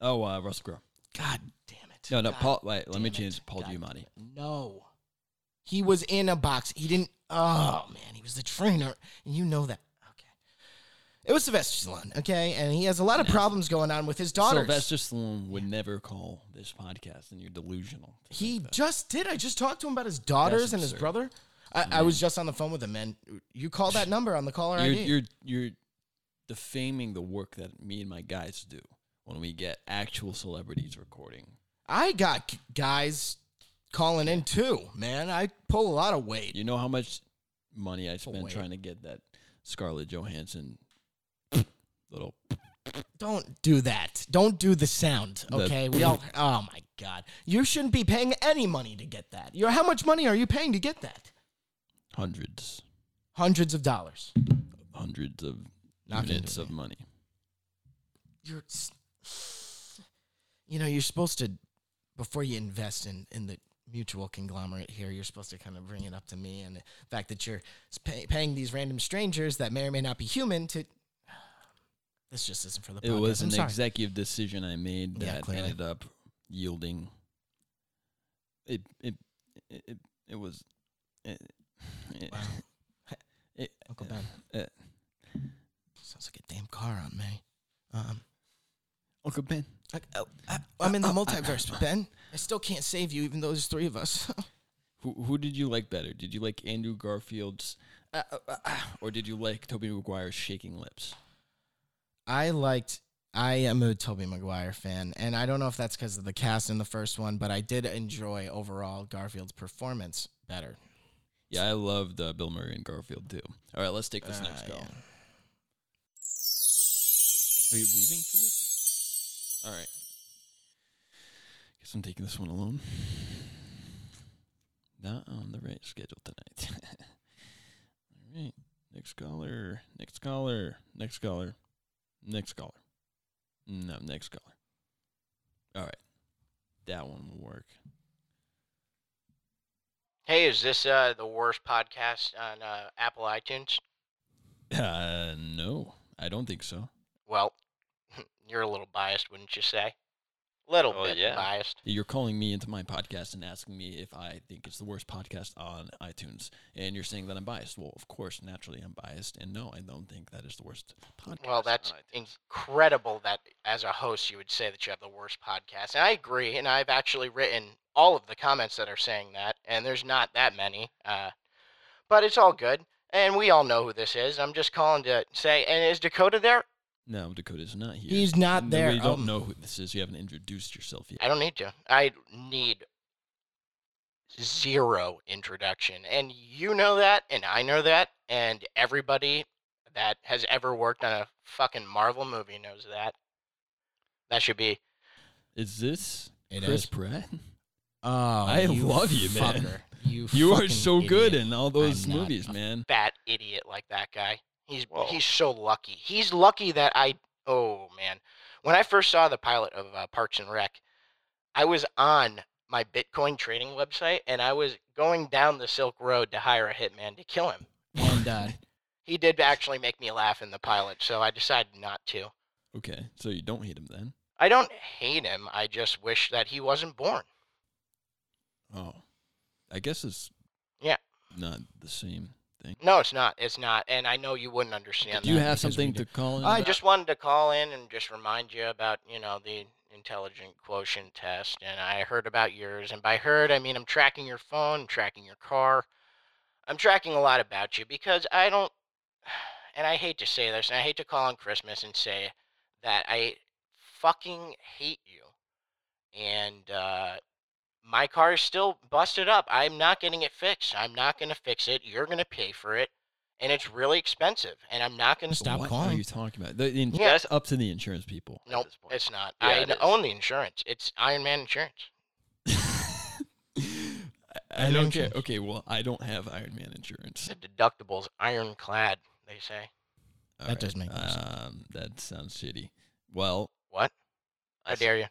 Speaker 1: Oh, uh, Russell Crowe.
Speaker 2: God damn it.
Speaker 1: No, no.
Speaker 2: God
Speaker 1: Paul. Wait. Let
Speaker 2: damn
Speaker 1: me
Speaker 2: it.
Speaker 1: change. Paul
Speaker 2: God
Speaker 1: Giamatti.
Speaker 2: damn it. No. He was in a box. He didn't. Oh, man. He was the trainer, and you know that. Okay. It was Sylvester Stallone, okay? And he has a lot of problems going on with his daughters.
Speaker 1: Sylvester Stallone would never call this podcast, and you're delusional.
Speaker 2: He just did. I just talked to him about his daughters
Speaker 1: That's
Speaker 2: and his
Speaker 1: absurd.
Speaker 2: brother. I, I was just on the phone with him, and you call that number on the caller
Speaker 1: you're,
Speaker 2: ID.
Speaker 1: you're you're defaming the work that me and my guys do when we get actual celebrities recording.
Speaker 2: I got c- guys calling in too, man. I pull a lot of weight.
Speaker 1: You know how much money I spent
Speaker 2: wait.
Speaker 1: trying to get that Scarlett Johansson little.
Speaker 2: Don't do that. Don't do the sound,
Speaker 1: The-
Speaker 2: okay? we all. Oh my god, you shouldn't be paying any money to get that. You're how much money are you paying to get that?
Speaker 1: hundreds,
Speaker 2: Hundreds of dollars.
Speaker 1: hundreds of
Speaker 2: Knock into
Speaker 1: units
Speaker 2: it.
Speaker 1: of money.
Speaker 2: You're, s- you know, you're supposed to before you invest in in the mutual conglomerate here. You're supposed to kind of bring it up to me, and the fact that you're s- pay, paying these random strangers that may or may not be human to. This just isn't for the.
Speaker 1: It
Speaker 2: podcast.
Speaker 1: was
Speaker 2: I'm
Speaker 1: an
Speaker 2: sorry.
Speaker 1: executive decision I made
Speaker 2: Yeah,
Speaker 1: that
Speaker 2: clearly.
Speaker 1: ended up yielding. It it it it, it was. It, It-
Speaker 2: Wow.
Speaker 1: it-
Speaker 2: Uncle Ben.
Speaker 1: uh.
Speaker 2: Sounds like a damn car on me. Um,
Speaker 1: Uncle Ben.
Speaker 2: I, oh,
Speaker 1: uh,
Speaker 2: I, I'm in the multiverse, Ben. I still can't save you, even though there's three of us.
Speaker 1: Who, who did you like better? Did you like Andrew Garfield's, uh, uh, uh, ah, or did you like Toby Maguire's shaking lips?
Speaker 2: I liked. I am a Toby Maguire fan, and I don't know if that's because of the cast in the first one, but I did enjoy overall Garfield's performance better.
Speaker 1: Yeah, I loved uh, Bill Murray and Garfield too. All right, let's take this next
Speaker 2: Uh,
Speaker 1: call.
Speaker 2: yeah.
Speaker 1: Are you leaving for this? All right. Guess I'm taking this one alone. Not on the right schedule tonight. All right. Next caller. Next caller. Next caller. Next caller. No, next caller. All right. That one will work.
Speaker 6: Hey, is this uh, the worst podcast on uh, Apple iTunes?
Speaker 1: Uh, no, I don't think so.
Speaker 6: Well, you're a little biased, wouldn't you say? Little
Speaker 5: Oh,
Speaker 6: bit
Speaker 5: yeah.
Speaker 6: biased.
Speaker 1: You're calling me into my podcast and asking me if I think it's the worst podcast on iTunes, and you're saying that I'm biased. Well, of course, naturally, I'm biased, and no, I don't think that is the worst podcast.
Speaker 6: Well,
Speaker 5: Podcast on
Speaker 6: that's
Speaker 5: iTunes.
Speaker 6: incredible that as a host you would say that you have the worst podcast. And I agree, and I've actually written all of the comments that are saying that, and there's not that many. Uh, but it's all good, and we all know who this is. I'm just calling to say, and is Dakota there?
Speaker 1: No, Dakota's not here.
Speaker 2: He's not
Speaker 1: And
Speaker 2: there.
Speaker 1: We don't
Speaker 2: Um,
Speaker 1: know who this is. You haven't introduced yourself yet.
Speaker 6: I don't need to. I need zero introduction. And you know that, and I know that, and everybody that has ever worked on a fucking Marvel movie knows that. That should be.
Speaker 1: Is this
Speaker 2: It
Speaker 1: Chris
Speaker 2: is.
Speaker 1: Pratt?
Speaker 2: Oh,
Speaker 1: I love you, man.
Speaker 2: fucker. You,
Speaker 1: You are
Speaker 2: fucking
Speaker 1: so good
Speaker 2: idiot.
Speaker 1: in all those
Speaker 2: I'm not
Speaker 1: movies,
Speaker 2: a-
Speaker 1: man.
Speaker 6: fat idiot like that guy. He's
Speaker 5: Whoa.
Speaker 6: he's so lucky. He's lucky that I oh man. When I first saw the pilot of uh, Parks and Rec, I was on my Bitcoin trading website and I was going down the Silk Road to hire a hitman to kill him.
Speaker 2: and uh,
Speaker 6: He did actually make me laugh in the pilot, so I decided not to.
Speaker 1: Okay, so you don't hate him then?
Speaker 6: I don't hate him. I just wish that he wasn't born.
Speaker 1: Oh, I guess it's
Speaker 6: Yeah.
Speaker 1: not the same thing.
Speaker 6: No, it's not. It's not. And I know you wouldn't understand
Speaker 1: Do you
Speaker 6: that.
Speaker 1: have
Speaker 2: because we
Speaker 1: something
Speaker 2: do.
Speaker 1: to call in?
Speaker 6: I
Speaker 1: about?
Speaker 6: just wanted to call in and just remind you about, you know, the intelligent quotient test. And I heard about yours. And by heard, I mean I'm tracking your phone, I'm tracking your car. I'm tracking a lot about you because I don't. And I hate to say this, and I hate to call on Christmas and say that I fucking hate you. And uh, my car is still busted up. I'm not getting it fixed. I'm not going to fix it. You're going to pay for it. And it's really expensive. And I'm not going to
Speaker 2: Stop
Speaker 1: what are
Speaker 2: calling.
Speaker 1: you talking about? The, in-
Speaker 6: Yeah.
Speaker 1: That's up to the insurance people.
Speaker 5: at
Speaker 6: Nope,
Speaker 5: this point.
Speaker 6: it's not.
Speaker 5: Yeah,
Speaker 6: I
Speaker 5: it
Speaker 6: n-
Speaker 5: is.
Speaker 6: own the insurance. It's Iron Man Insurance.
Speaker 1: I- I
Speaker 2: Iron
Speaker 1: don't
Speaker 2: Man
Speaker 1: care.
Speaker 2: insurance.
Speaker 1: Okay, well, I don't have Iron Man insurance.
Speaker 6: The deductible's ironclad, they say.
Speaker 1: All
Speaker 2: That does make no sense.
Speaker 1: Um, that sounds shitty. Well,
Speaker 6: What?
Speaker 5: I
Speaker 6: I
Speaker 5: s-
Speaker 6: dare you.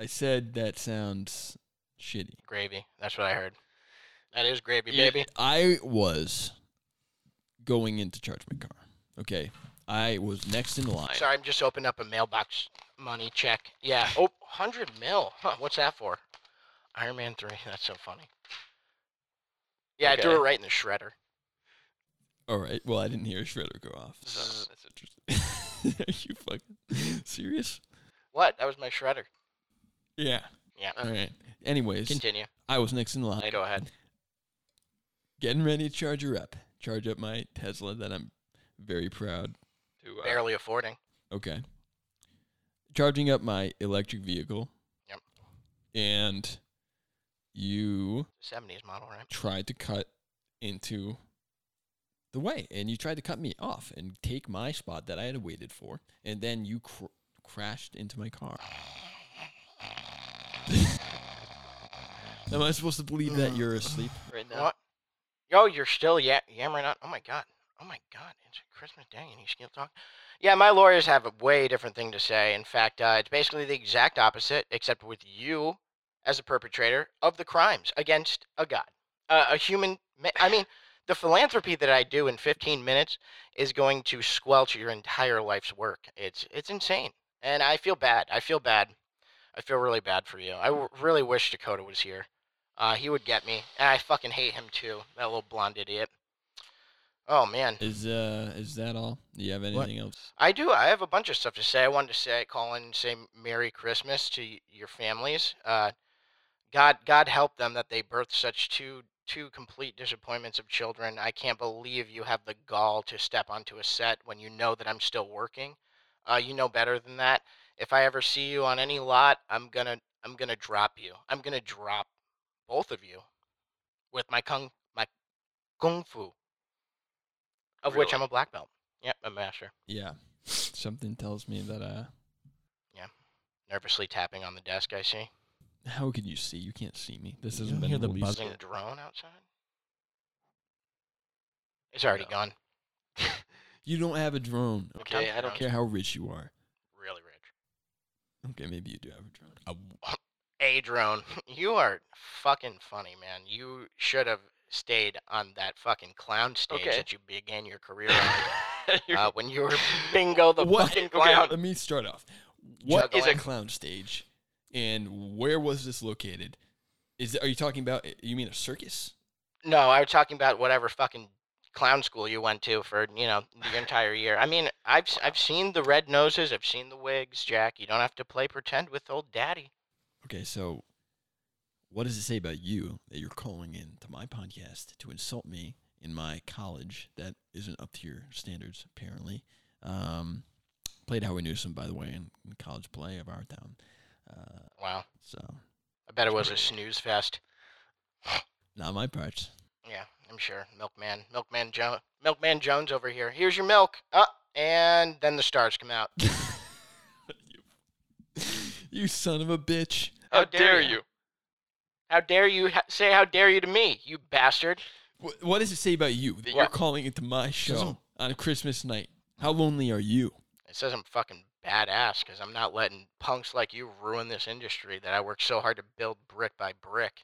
Speaker 1: I said that sounds shitty.
Speaker 6: Gravy. That's what I heard. That is gravy,
Speaker 1: Yeah,
Speaker 6: baby.
Speaker 1: I was going in to charge my car. Okay, I was next in line.
Speaker 6: Sorry, I'm just opening up a mailbox money check. Yeah. Oh, 100 mil. Huh, what's that for? Iron Man 3. That's so funny. Yeah, I threw
Speaker 5: Okay.
Speaker 6: it right in the shredder.
Speaker 1: All right. Well, I didn't hear a shredder go off.
Speaker 5: So that's it.
Speaker 1: Are you fucking serious?
Speaker 6: What? That was my shredder.
Speaker 1: Yeah.
Speaker 6: Yeah.
Speaker 1: All right. Anyways,
Speaker 6: Continue.
Speaker 1: I was next in line.
Speaker 6: Hey, go ahead.
Speaker 1: getting ready to charge her up. Charge up my Tesla that I'm very proud.
Speaker 5: Two hours.
Speaker 6: Barely affording.
Speaker 1: Okay. Charging up my electric vehicle.
Speaker 6: Yep.
Speaker 1: And you
Speaker 6: 70s model, right?
Speaker 1: tried to cut into the way and you tried to cut me off and take my spot that I had waited for and then you cr- crashed into my car. Am I supposed to believe that you're asleep?
Speaker 5: right now.
Speaker 6: What? Oh, you're still ya- yammering on. Oh my god. Oh my god. It's Christmas Day and you still talk. Yeah, my lawyers have a way different thing to say. In fact, uh, it's basically the exact opposite, except with you as a perpetrator of the crimes against a god, uh, a human. Ma- I mean, the philanthropy that I do in 15 minutes is going to squelch your entire life's work. It's it's insane, and I feel bad. I feel bad. I feel really bad for you. I w- really wish Dakota was here. Uh, he would get me, and I fucking hate him too. That little blonde idiot. Oh man,
Speaker 1: Is uh is that all? Do you have
Speaker 2: What?
Speaker 1: anything else?
Speaker 6: I do. I have a bunch of stuff to say. I wanted to say, call in, and say Merry Christmas to y- your families. Uh, God, God help them that they birthed such two two complete disappointments of children. I can't believe you have the gall to step onto a set when you know that I'm still working. Uh, you know better than that. If I ever see you on any lot, I'm gonna I'm gonna drop you. I'm gonna drop both of you with my kung my kung fu, of which I'm
Speaker 5: Really?
Speaker 6: a black belt. Yep, a master.
Speaker 1: Yeah. Something tells me that uh
Speaker 6: nervously tapping on the desk. I see.
Speaker 1: how can you see? You can't see me. This
Speaker 2: You
Speaker 1: hasn't been
Speaker 2: don't hear the
Speaker 1: released
Speaker 6: Is
Speaker 2: buzz-
Speaker 6: there
Speaker 1: yet.
Speaker 6: a drone outside? It's already
Speaker 5: No.
Speaker 6: gone.
Speaker 1: You don't have a drone.
Speaker 6: Okay,
Speaker 1: Okay.
Speaker 6: I
Speaker 1: I don't
Speaker 6: don't-
Speaker 1: care how rich you are.
Speaker 6: Really rich.
Speaker 1: Okay, maybe you do have a drone.
Speaker 6: A drone. You are fucking funny, man. You should have stayed on that fucking clown stage
Speaker 5: Okay.
Speaker 6: that you began your career on
Speaker 5: You're-
Speaker 6: uh, when you were bingo the
Speaker 1: What?
Speaker 6: fucking
Speaker 5: Okay.
Speaker 6: clown.
Speaker 1: Let me start off. What is a
Speaker 6: Juggling.
Speaker 1: clown stage, and where was this located? Is are you talking about? You mean a circus?
Speaker 6: No, I was talking about whatever fucking clown school you went to for you know the entire year. I mean, I've s- I've seen the red noses, I've seen the wigs, Jack. You don't have to play pretend with old daddy.
Speaker 1: Okay, so what does it say about you that you're calling in to my podcast to insult me in my college that isn't up to your standards apparently? Um, played Howard Newsom by the way in, in college play of our town. Uh,
Speaker 6: Wow,
Speaker 1: so
Speaker 6: I bet it was a snooze fest.
Speaker 1: not my parts.
Speaker 6: Yeah, I'm sure. Milkman, Milkman Jones, Milkman Jones over here. Here's your milk. Uh, and then the stars come out.
Speaker 1: you son of a bitch.
Speaker 5: How dare you?
Speaker 6: How dare you ha- say how dare you to me, you bastard?
Speaker 1: What, what does it say about you that you're
Speaker 6: What?
Speaker 1: calling into my show on a Christmas night? How lonely are you?
Speaker 6: It says I'm fucking badass because I'm not letting punks like you ruin this industry that I worked so hard to build brick by brick.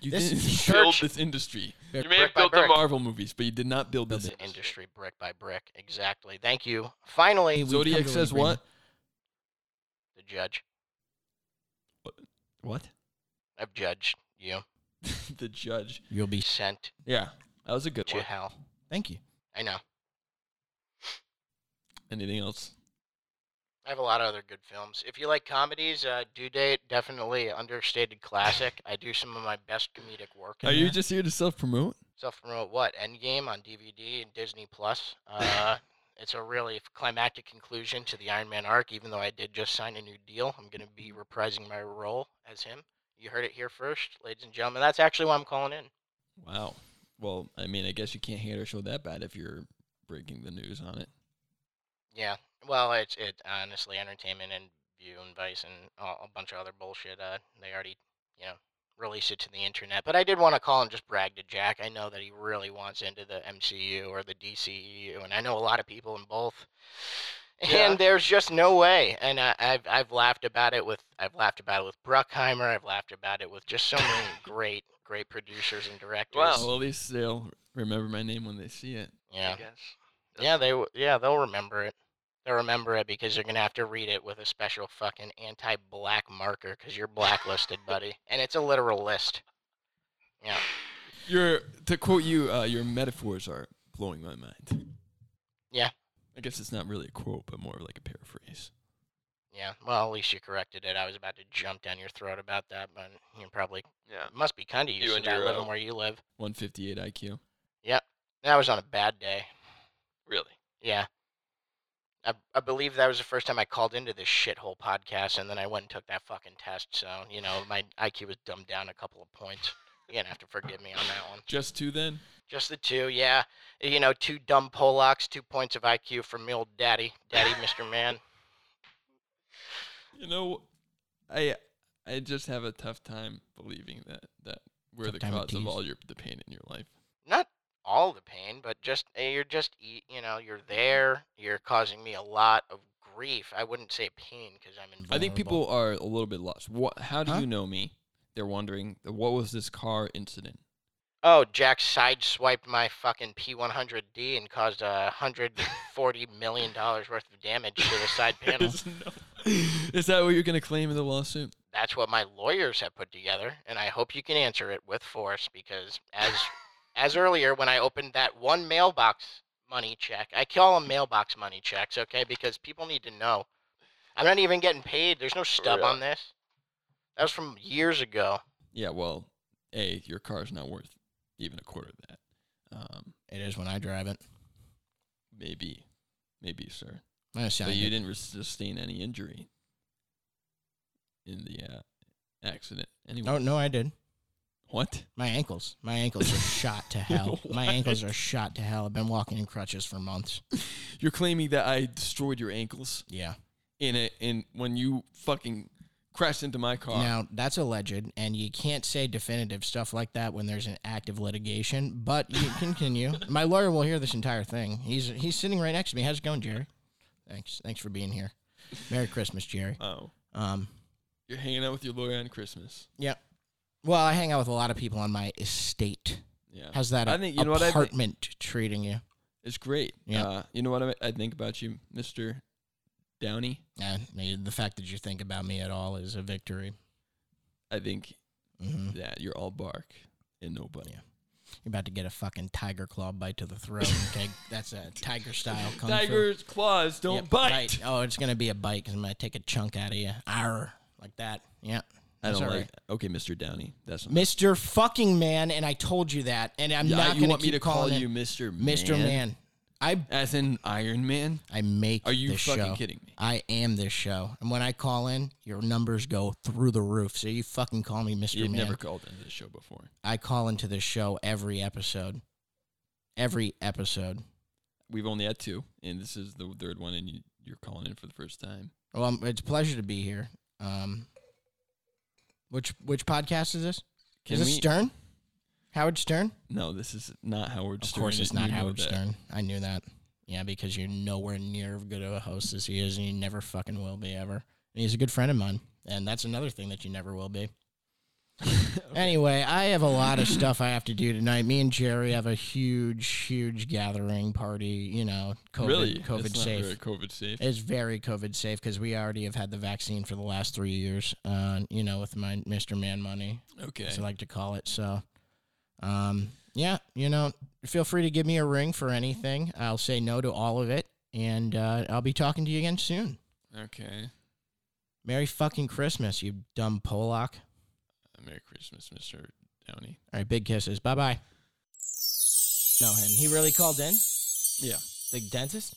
Speaker 1: You
Speaker 2: This
Speaker 1: didn't
Speaker 2: is
Speaker 1: build
Speaker 5: church.
Speaker 1: this industry.
Speaker 5: You may have
Speaker 6: Brick by
Speaker 5: built the
Speaker 6: brick.
Speaker 5: mar-
Speaker 1: Marvel movies, but you did not build
Speaker 6: Build
Speaker 1: this.
Speaker 6: the industry brick by brick. Exactly. Thank you. Finally,
Speaker 2: Hey,
Speaker 6: the
Speaker 2: we- We've
Speaker 1: Zodiac
Speaker 2: come to
Speaker 1: says
Speaker 2: an agreement.
Speaker 1: what?
Speaker 6: judge.
Speaker 1: What?
Speaker 6: I've judged you.
Speaker 1: the judge.
Speaker 2: You'll be.
Speaker 6: Sent
Speaker 1: Yeah, that was a good
Speaker 6: to
Speaker 1: one.
Speaker 6: hell.
Speaker 2: Thank you.
Speaker 6: I know.
Speaker 1: Anything else?
Speaker 6: I have a lot of other good films. If you like comedies, uh, Due Date definitely understated classic. I do some of my best comedic work.
Speaker 1: Are
Speaker 6: in
Speaker 1: you
Speaker 6: there.
Speaker 1: just here to self promote?
Speaker 6: self promote uh, what Endgame on DVD and Disney Plus? Uh, it's a really f- climactic conclusion to the Iron Man arc. Even though I did just sign a new deal, I'm going to be reprising my role as him. You heard it here first, ladies and gentlemen. That's actually why I'm calling in.
Speaker 1: Wow. Well, I mean, I guess you can't hate our show that bad if you're breaking the news on it.
Speaker 6: Yeah. Well, it's it honestly entertainment and View and Vice and a a bunch of other bullshit. Uh, they already you know released it to the internet. But I did want to call and just brag to Jack. I know that he really wants into the MCU or the DCU, and I know a lot of people in both.
Speaker 5: Yeah.
Speaker 6: And there's just no way. And I, I've I've laughed about it with I've laughed about it with Bruckheimer. I've laughed about it with just so many great great producers and directors.
Speaker 5: Wow.
Speaker 1: Well, at least they'll remember my name when they see it.
Speaker 6: Yeah.
Speaker 5: I guess. That's-
Speaker 6: Yeah, they w- yeah they'll remember it. They'll remember it because they're gonna have to read it with a special fucking anti-black marker because you're blacklisted, buddy, and it's a literal list. Yeah,
Speaker 1: Your to quote you, uh, your metaphors are blowing my mind.
Speaker 6: Yeah.
Speaker 1: I guess it's not really a quote, but more like a paraphrase.
Speaker 6: yeah. Well, at least you corrected it. I was about to jump down your throat about that, but you probably
Speaker 5: Yeah.
Speaker 6: it must be kind of used
Speaker 5: and
Speaker 6: to that
Speaker 5: your,
Speaker 6: living
Speaker 5: uh,
Speaker 6: where you live.
Speaker 1: 158 IQ.
Speaker 6: That was on a bad day.
Speaker 5: Really.
Speaker 6: Yeah. I, I believe that was the first time I called into this shithole podcast, and then I went and took that fucking test. So you know, my IQ was dumbed down a couple of points. You're gonna have to forgive me on that one.
Speaker 1: Just two then.
Speaker 6: Just the two, yeah. You know, two dumb Polacks, two points of IQ from me old daddy, daddy, Mr. Man.
Speaker 1: You know, I I just have a tough time believing that that we're
Speaker 2: Tough
Speaker 1: the
Speaker 2: time to
Speaker 1: cause of
Speaker 2: tease.
Speaker 1: all your the pain in your life.
Speaker 6: Not all the pain, but just eh, you're just e- you know you're there. You're causing me a lot of grief. I wouldn't say pain because I'm in.
Speaker 1: I think
Speaker 2: Vulnerable.
Speaker 1: people are a little bit lost. What? How do
Speaker 2: Huh?
Speaker 1: you know me? They're wondering what was this car incident?
Speaker 6: Oh, Jack sideswiped my fucking P100D and caused a hundred forty million dollars worth of damage to the side panel.
Speaker 1: Is that what you're gonna claim in the lawsuit?
Speaker 6: that's what my lawyers have put together, and I hope you can answer it with force because as as earlier when I opened that one mailbox money check, I call them mailbox money checks, okay? Because people need to know. I'm not even getting paid. There's no stub
Speaker 5: Yeah.
Speaker 6: on this. That was from years ago.
Speaker 1: Yeah, well, A, your car's not worth even a quarter of that. Um,
Speaker 2: It is when I drive it.
Speaker 1: maybe, maybe, sir.
Speaker 2: That
Speaker 1: but
Speaker 2: sounds
Speaker 1: you
Speaker 2: good.
Speaker 1: didn't res- sustain any injury in the uh, accident. Anyway,
Speaker 2: Oh no, I did.
Speaker 1: what?
Speaker 2: My ankles, my ankles are shot to hell. My
Speaker 1: What?
Speaker 2: ankles are shot to hell. I've been walking in crutches for months.
Speaker 1: You're claiming that I destroyed your ankles
Speaker 2: Yeah.
Speaker 1: in a in when you fucking crashed into my car.
Speaker 2: Now that's alleged, and you can't say definitive stuff like that when there's an active litigation. But you can continue. My lawyer will hear this entire thing. He's he's sitting right next to me. How's it going, Jerry? Thanks, thanks for being here. Merry Christmas, Jerry.
Speaker 1: Oh,
Speaker 2: Um,
Speaker 1: you're hanging out with your lawyer on Christmas.
Speaker 2: yeah. Well, I hang out with a lot of people on my estate.
Speaker 1: Yeah,
Speaker 2: How's that?
Speaker 1: I
Speaker 2: a-
Speaker 1: think- you know what I think-
Speaker 2: apartment treating you.
Speaker 1: it's great.
Speaker 2: Yeah.
Speaker 1: uh, you know what I, I think about you, Mister Downey.
Speaker 2: Uh, the fact that you think about me at all is a victory.
Speaker 1: I think
Speaker 2: hmm
Speaker 1: that you're all bark and no bone.
Speaker 2: Yeah. You're about to get a fucking tiger claw bite to the throat. Okay, that's a tiger style kung fu.
Speaker 1: Tiger's claws don't
Speaker 2: Yep,
Speaker 1: bite.
Speaker 2: bite. Oh, it's gonna be a bite because I'm gonna take a chunk out of you. Arr, like that. Yeah.
Speaker 1: I don't
Speaker 2: That's all
Speaker 1: like.
Speaker 2: right.
Speaker 1: Okay, Mister Downey. That's not
Speaker 2: Mr. Fucking Man, and I told you that, and I'm
Speaker 1: Yeah,
Speaker 2: not
Speaker 1: you
Speaker 2: gonna
Speaker 1: want
Speaker 2: keep
Speaker 1: me to call
Speaker 2: calling
Speaker 1: you
Speaker 2: it
Speaker 1: Mister
Speaker 2: Mr. Man. I
Speaker 1: as in Iron Man?
Speaker 2: I make.
Speaker 1: Are you
Speaker 2: this
Speaker 1: fucking
Speaker 2: show.
Speaker 1: kidding me?
Speaker 2: I am this show, and when I call in, your numbers go through the roof. So you fucking call me Mr.
Speaker 1: You've
Speaker 2: Man.
Speaker 1: never called into this show before.
Speaker 2: I call into this show every episode. Every episode.
Speaker 1: We've only had two, and this is the third one, and you, you're calling in for the first time.
Speaker 2: Well, um, it's a pleasure to be here. Um, which which podcast is this?
Speaker 1: Can
Speaker 2: is this
Speaker 1: we?
Speaker 2: Stern? Howard Stern?
Speaker 1: No, this is not Howard
Speaker 2: Of
Speaker 1: Stern.
Speaker 2: course, it's
Speaker 1: and
Speaker 2: not
Speaker 1: you know
Speaker 2: Howard
Speaker 1: that.
Speaker 2: Stern. I knew that. Yeah, because you're nowhere near as good of a host as he is, and you never fucking will be ever. And he's a good friend of mine, and that's another thing that you never will be. Anyway, I have a lot of stuff I have to do tonight. Me and Jerry have a huge, huge gathering party. You know, COVID,
Speaker 1: really?
Speaker 2: COVID
Speaker 1: That's not
Speaker 2: safe.
Speaker 1: very COVID safe.
Speaker 2: It's very COVID safe because we already have had the vaccine for the last three years. Uh, you know, with my Mr. Man money,
Speaker 1: Okay.
Speaker 2: as I like to call it. So, um, yeah, you know, feel free to give me a ring for anything. I'll say no to all of it, and uh, I'll be talking to you again soon.
Speaker 1: okay.
Speaker 2: Merry fucking Christmas, you dumb Polak.
Speaker 1: Merry Christmas, Mister Downey.
Speaker 2: All right, big kisses. Bye bye. Know him? He really called in
Speaker 1: Yeah,
Speaker 2: the dentist,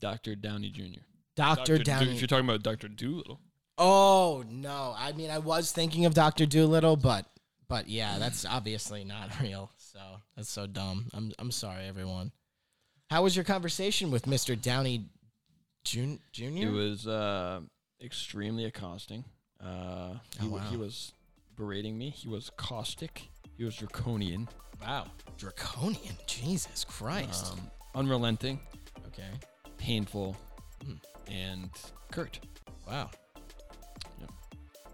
Speaker 1: Doctor Downey Jr.
Speaker 2: Doctor
Speaker 1: Du-
Speaker 2: Downey.
Speaker 1: If you're talking about Doctor Doolittle.
Speaker 2: Oh no! I mean, I was thinking of Doctor Doolittle, but but yeah, that's obviously not real. So that's so dumb. I'm I'm sorry, everyone. How was your conversation with Mister Downey Jun- Junior?
Speaker 1: It was uh, extremely accosting. Uh, he,
Speaker 2: Oh,
Speaker 1: w- he
Speaker 2: wow.
Speaker 1: was berating me. He was caustic. He was draconian,
Speaker 2: wow, draconian! Jesus Christ!
Speaker 1: um, unrelenting,
Speaker 2: okay,
Speaker 1: painful,
Speaker 2: Hmm.
Speaker 1: and curt.
Speaker 2: wow.
Speaker 1: Yep.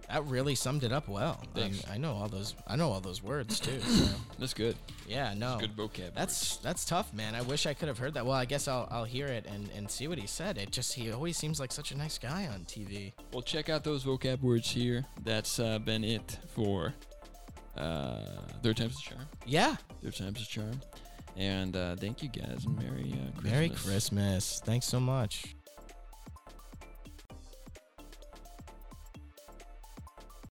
Speaker 2: That really summed it up well. I mean,
Speaker 1: Thanks.
Speaker 2: I, know all those. I know all those words too. So.
Speaker 1: That's good.
Speaker 2: yeah, no.
Speaker 1: Good vocab.
Speaker 2: Oh. That's that's tough, man. I wish I could have heard that. Well, I guess I'll I'll hear it and, and see what he said. It just he always seems like such a nice guy on TV.
Speaker 1: words. well. Check out those vocab words here. That's uh, been it for uh, third times the charm.
Speaker 2: Yeah.
Speaker 1: Third times the charm. And uh, thank you guys. And Merry uh, Christmas.
Speaker 2: Merry Christmas. Thanks so much.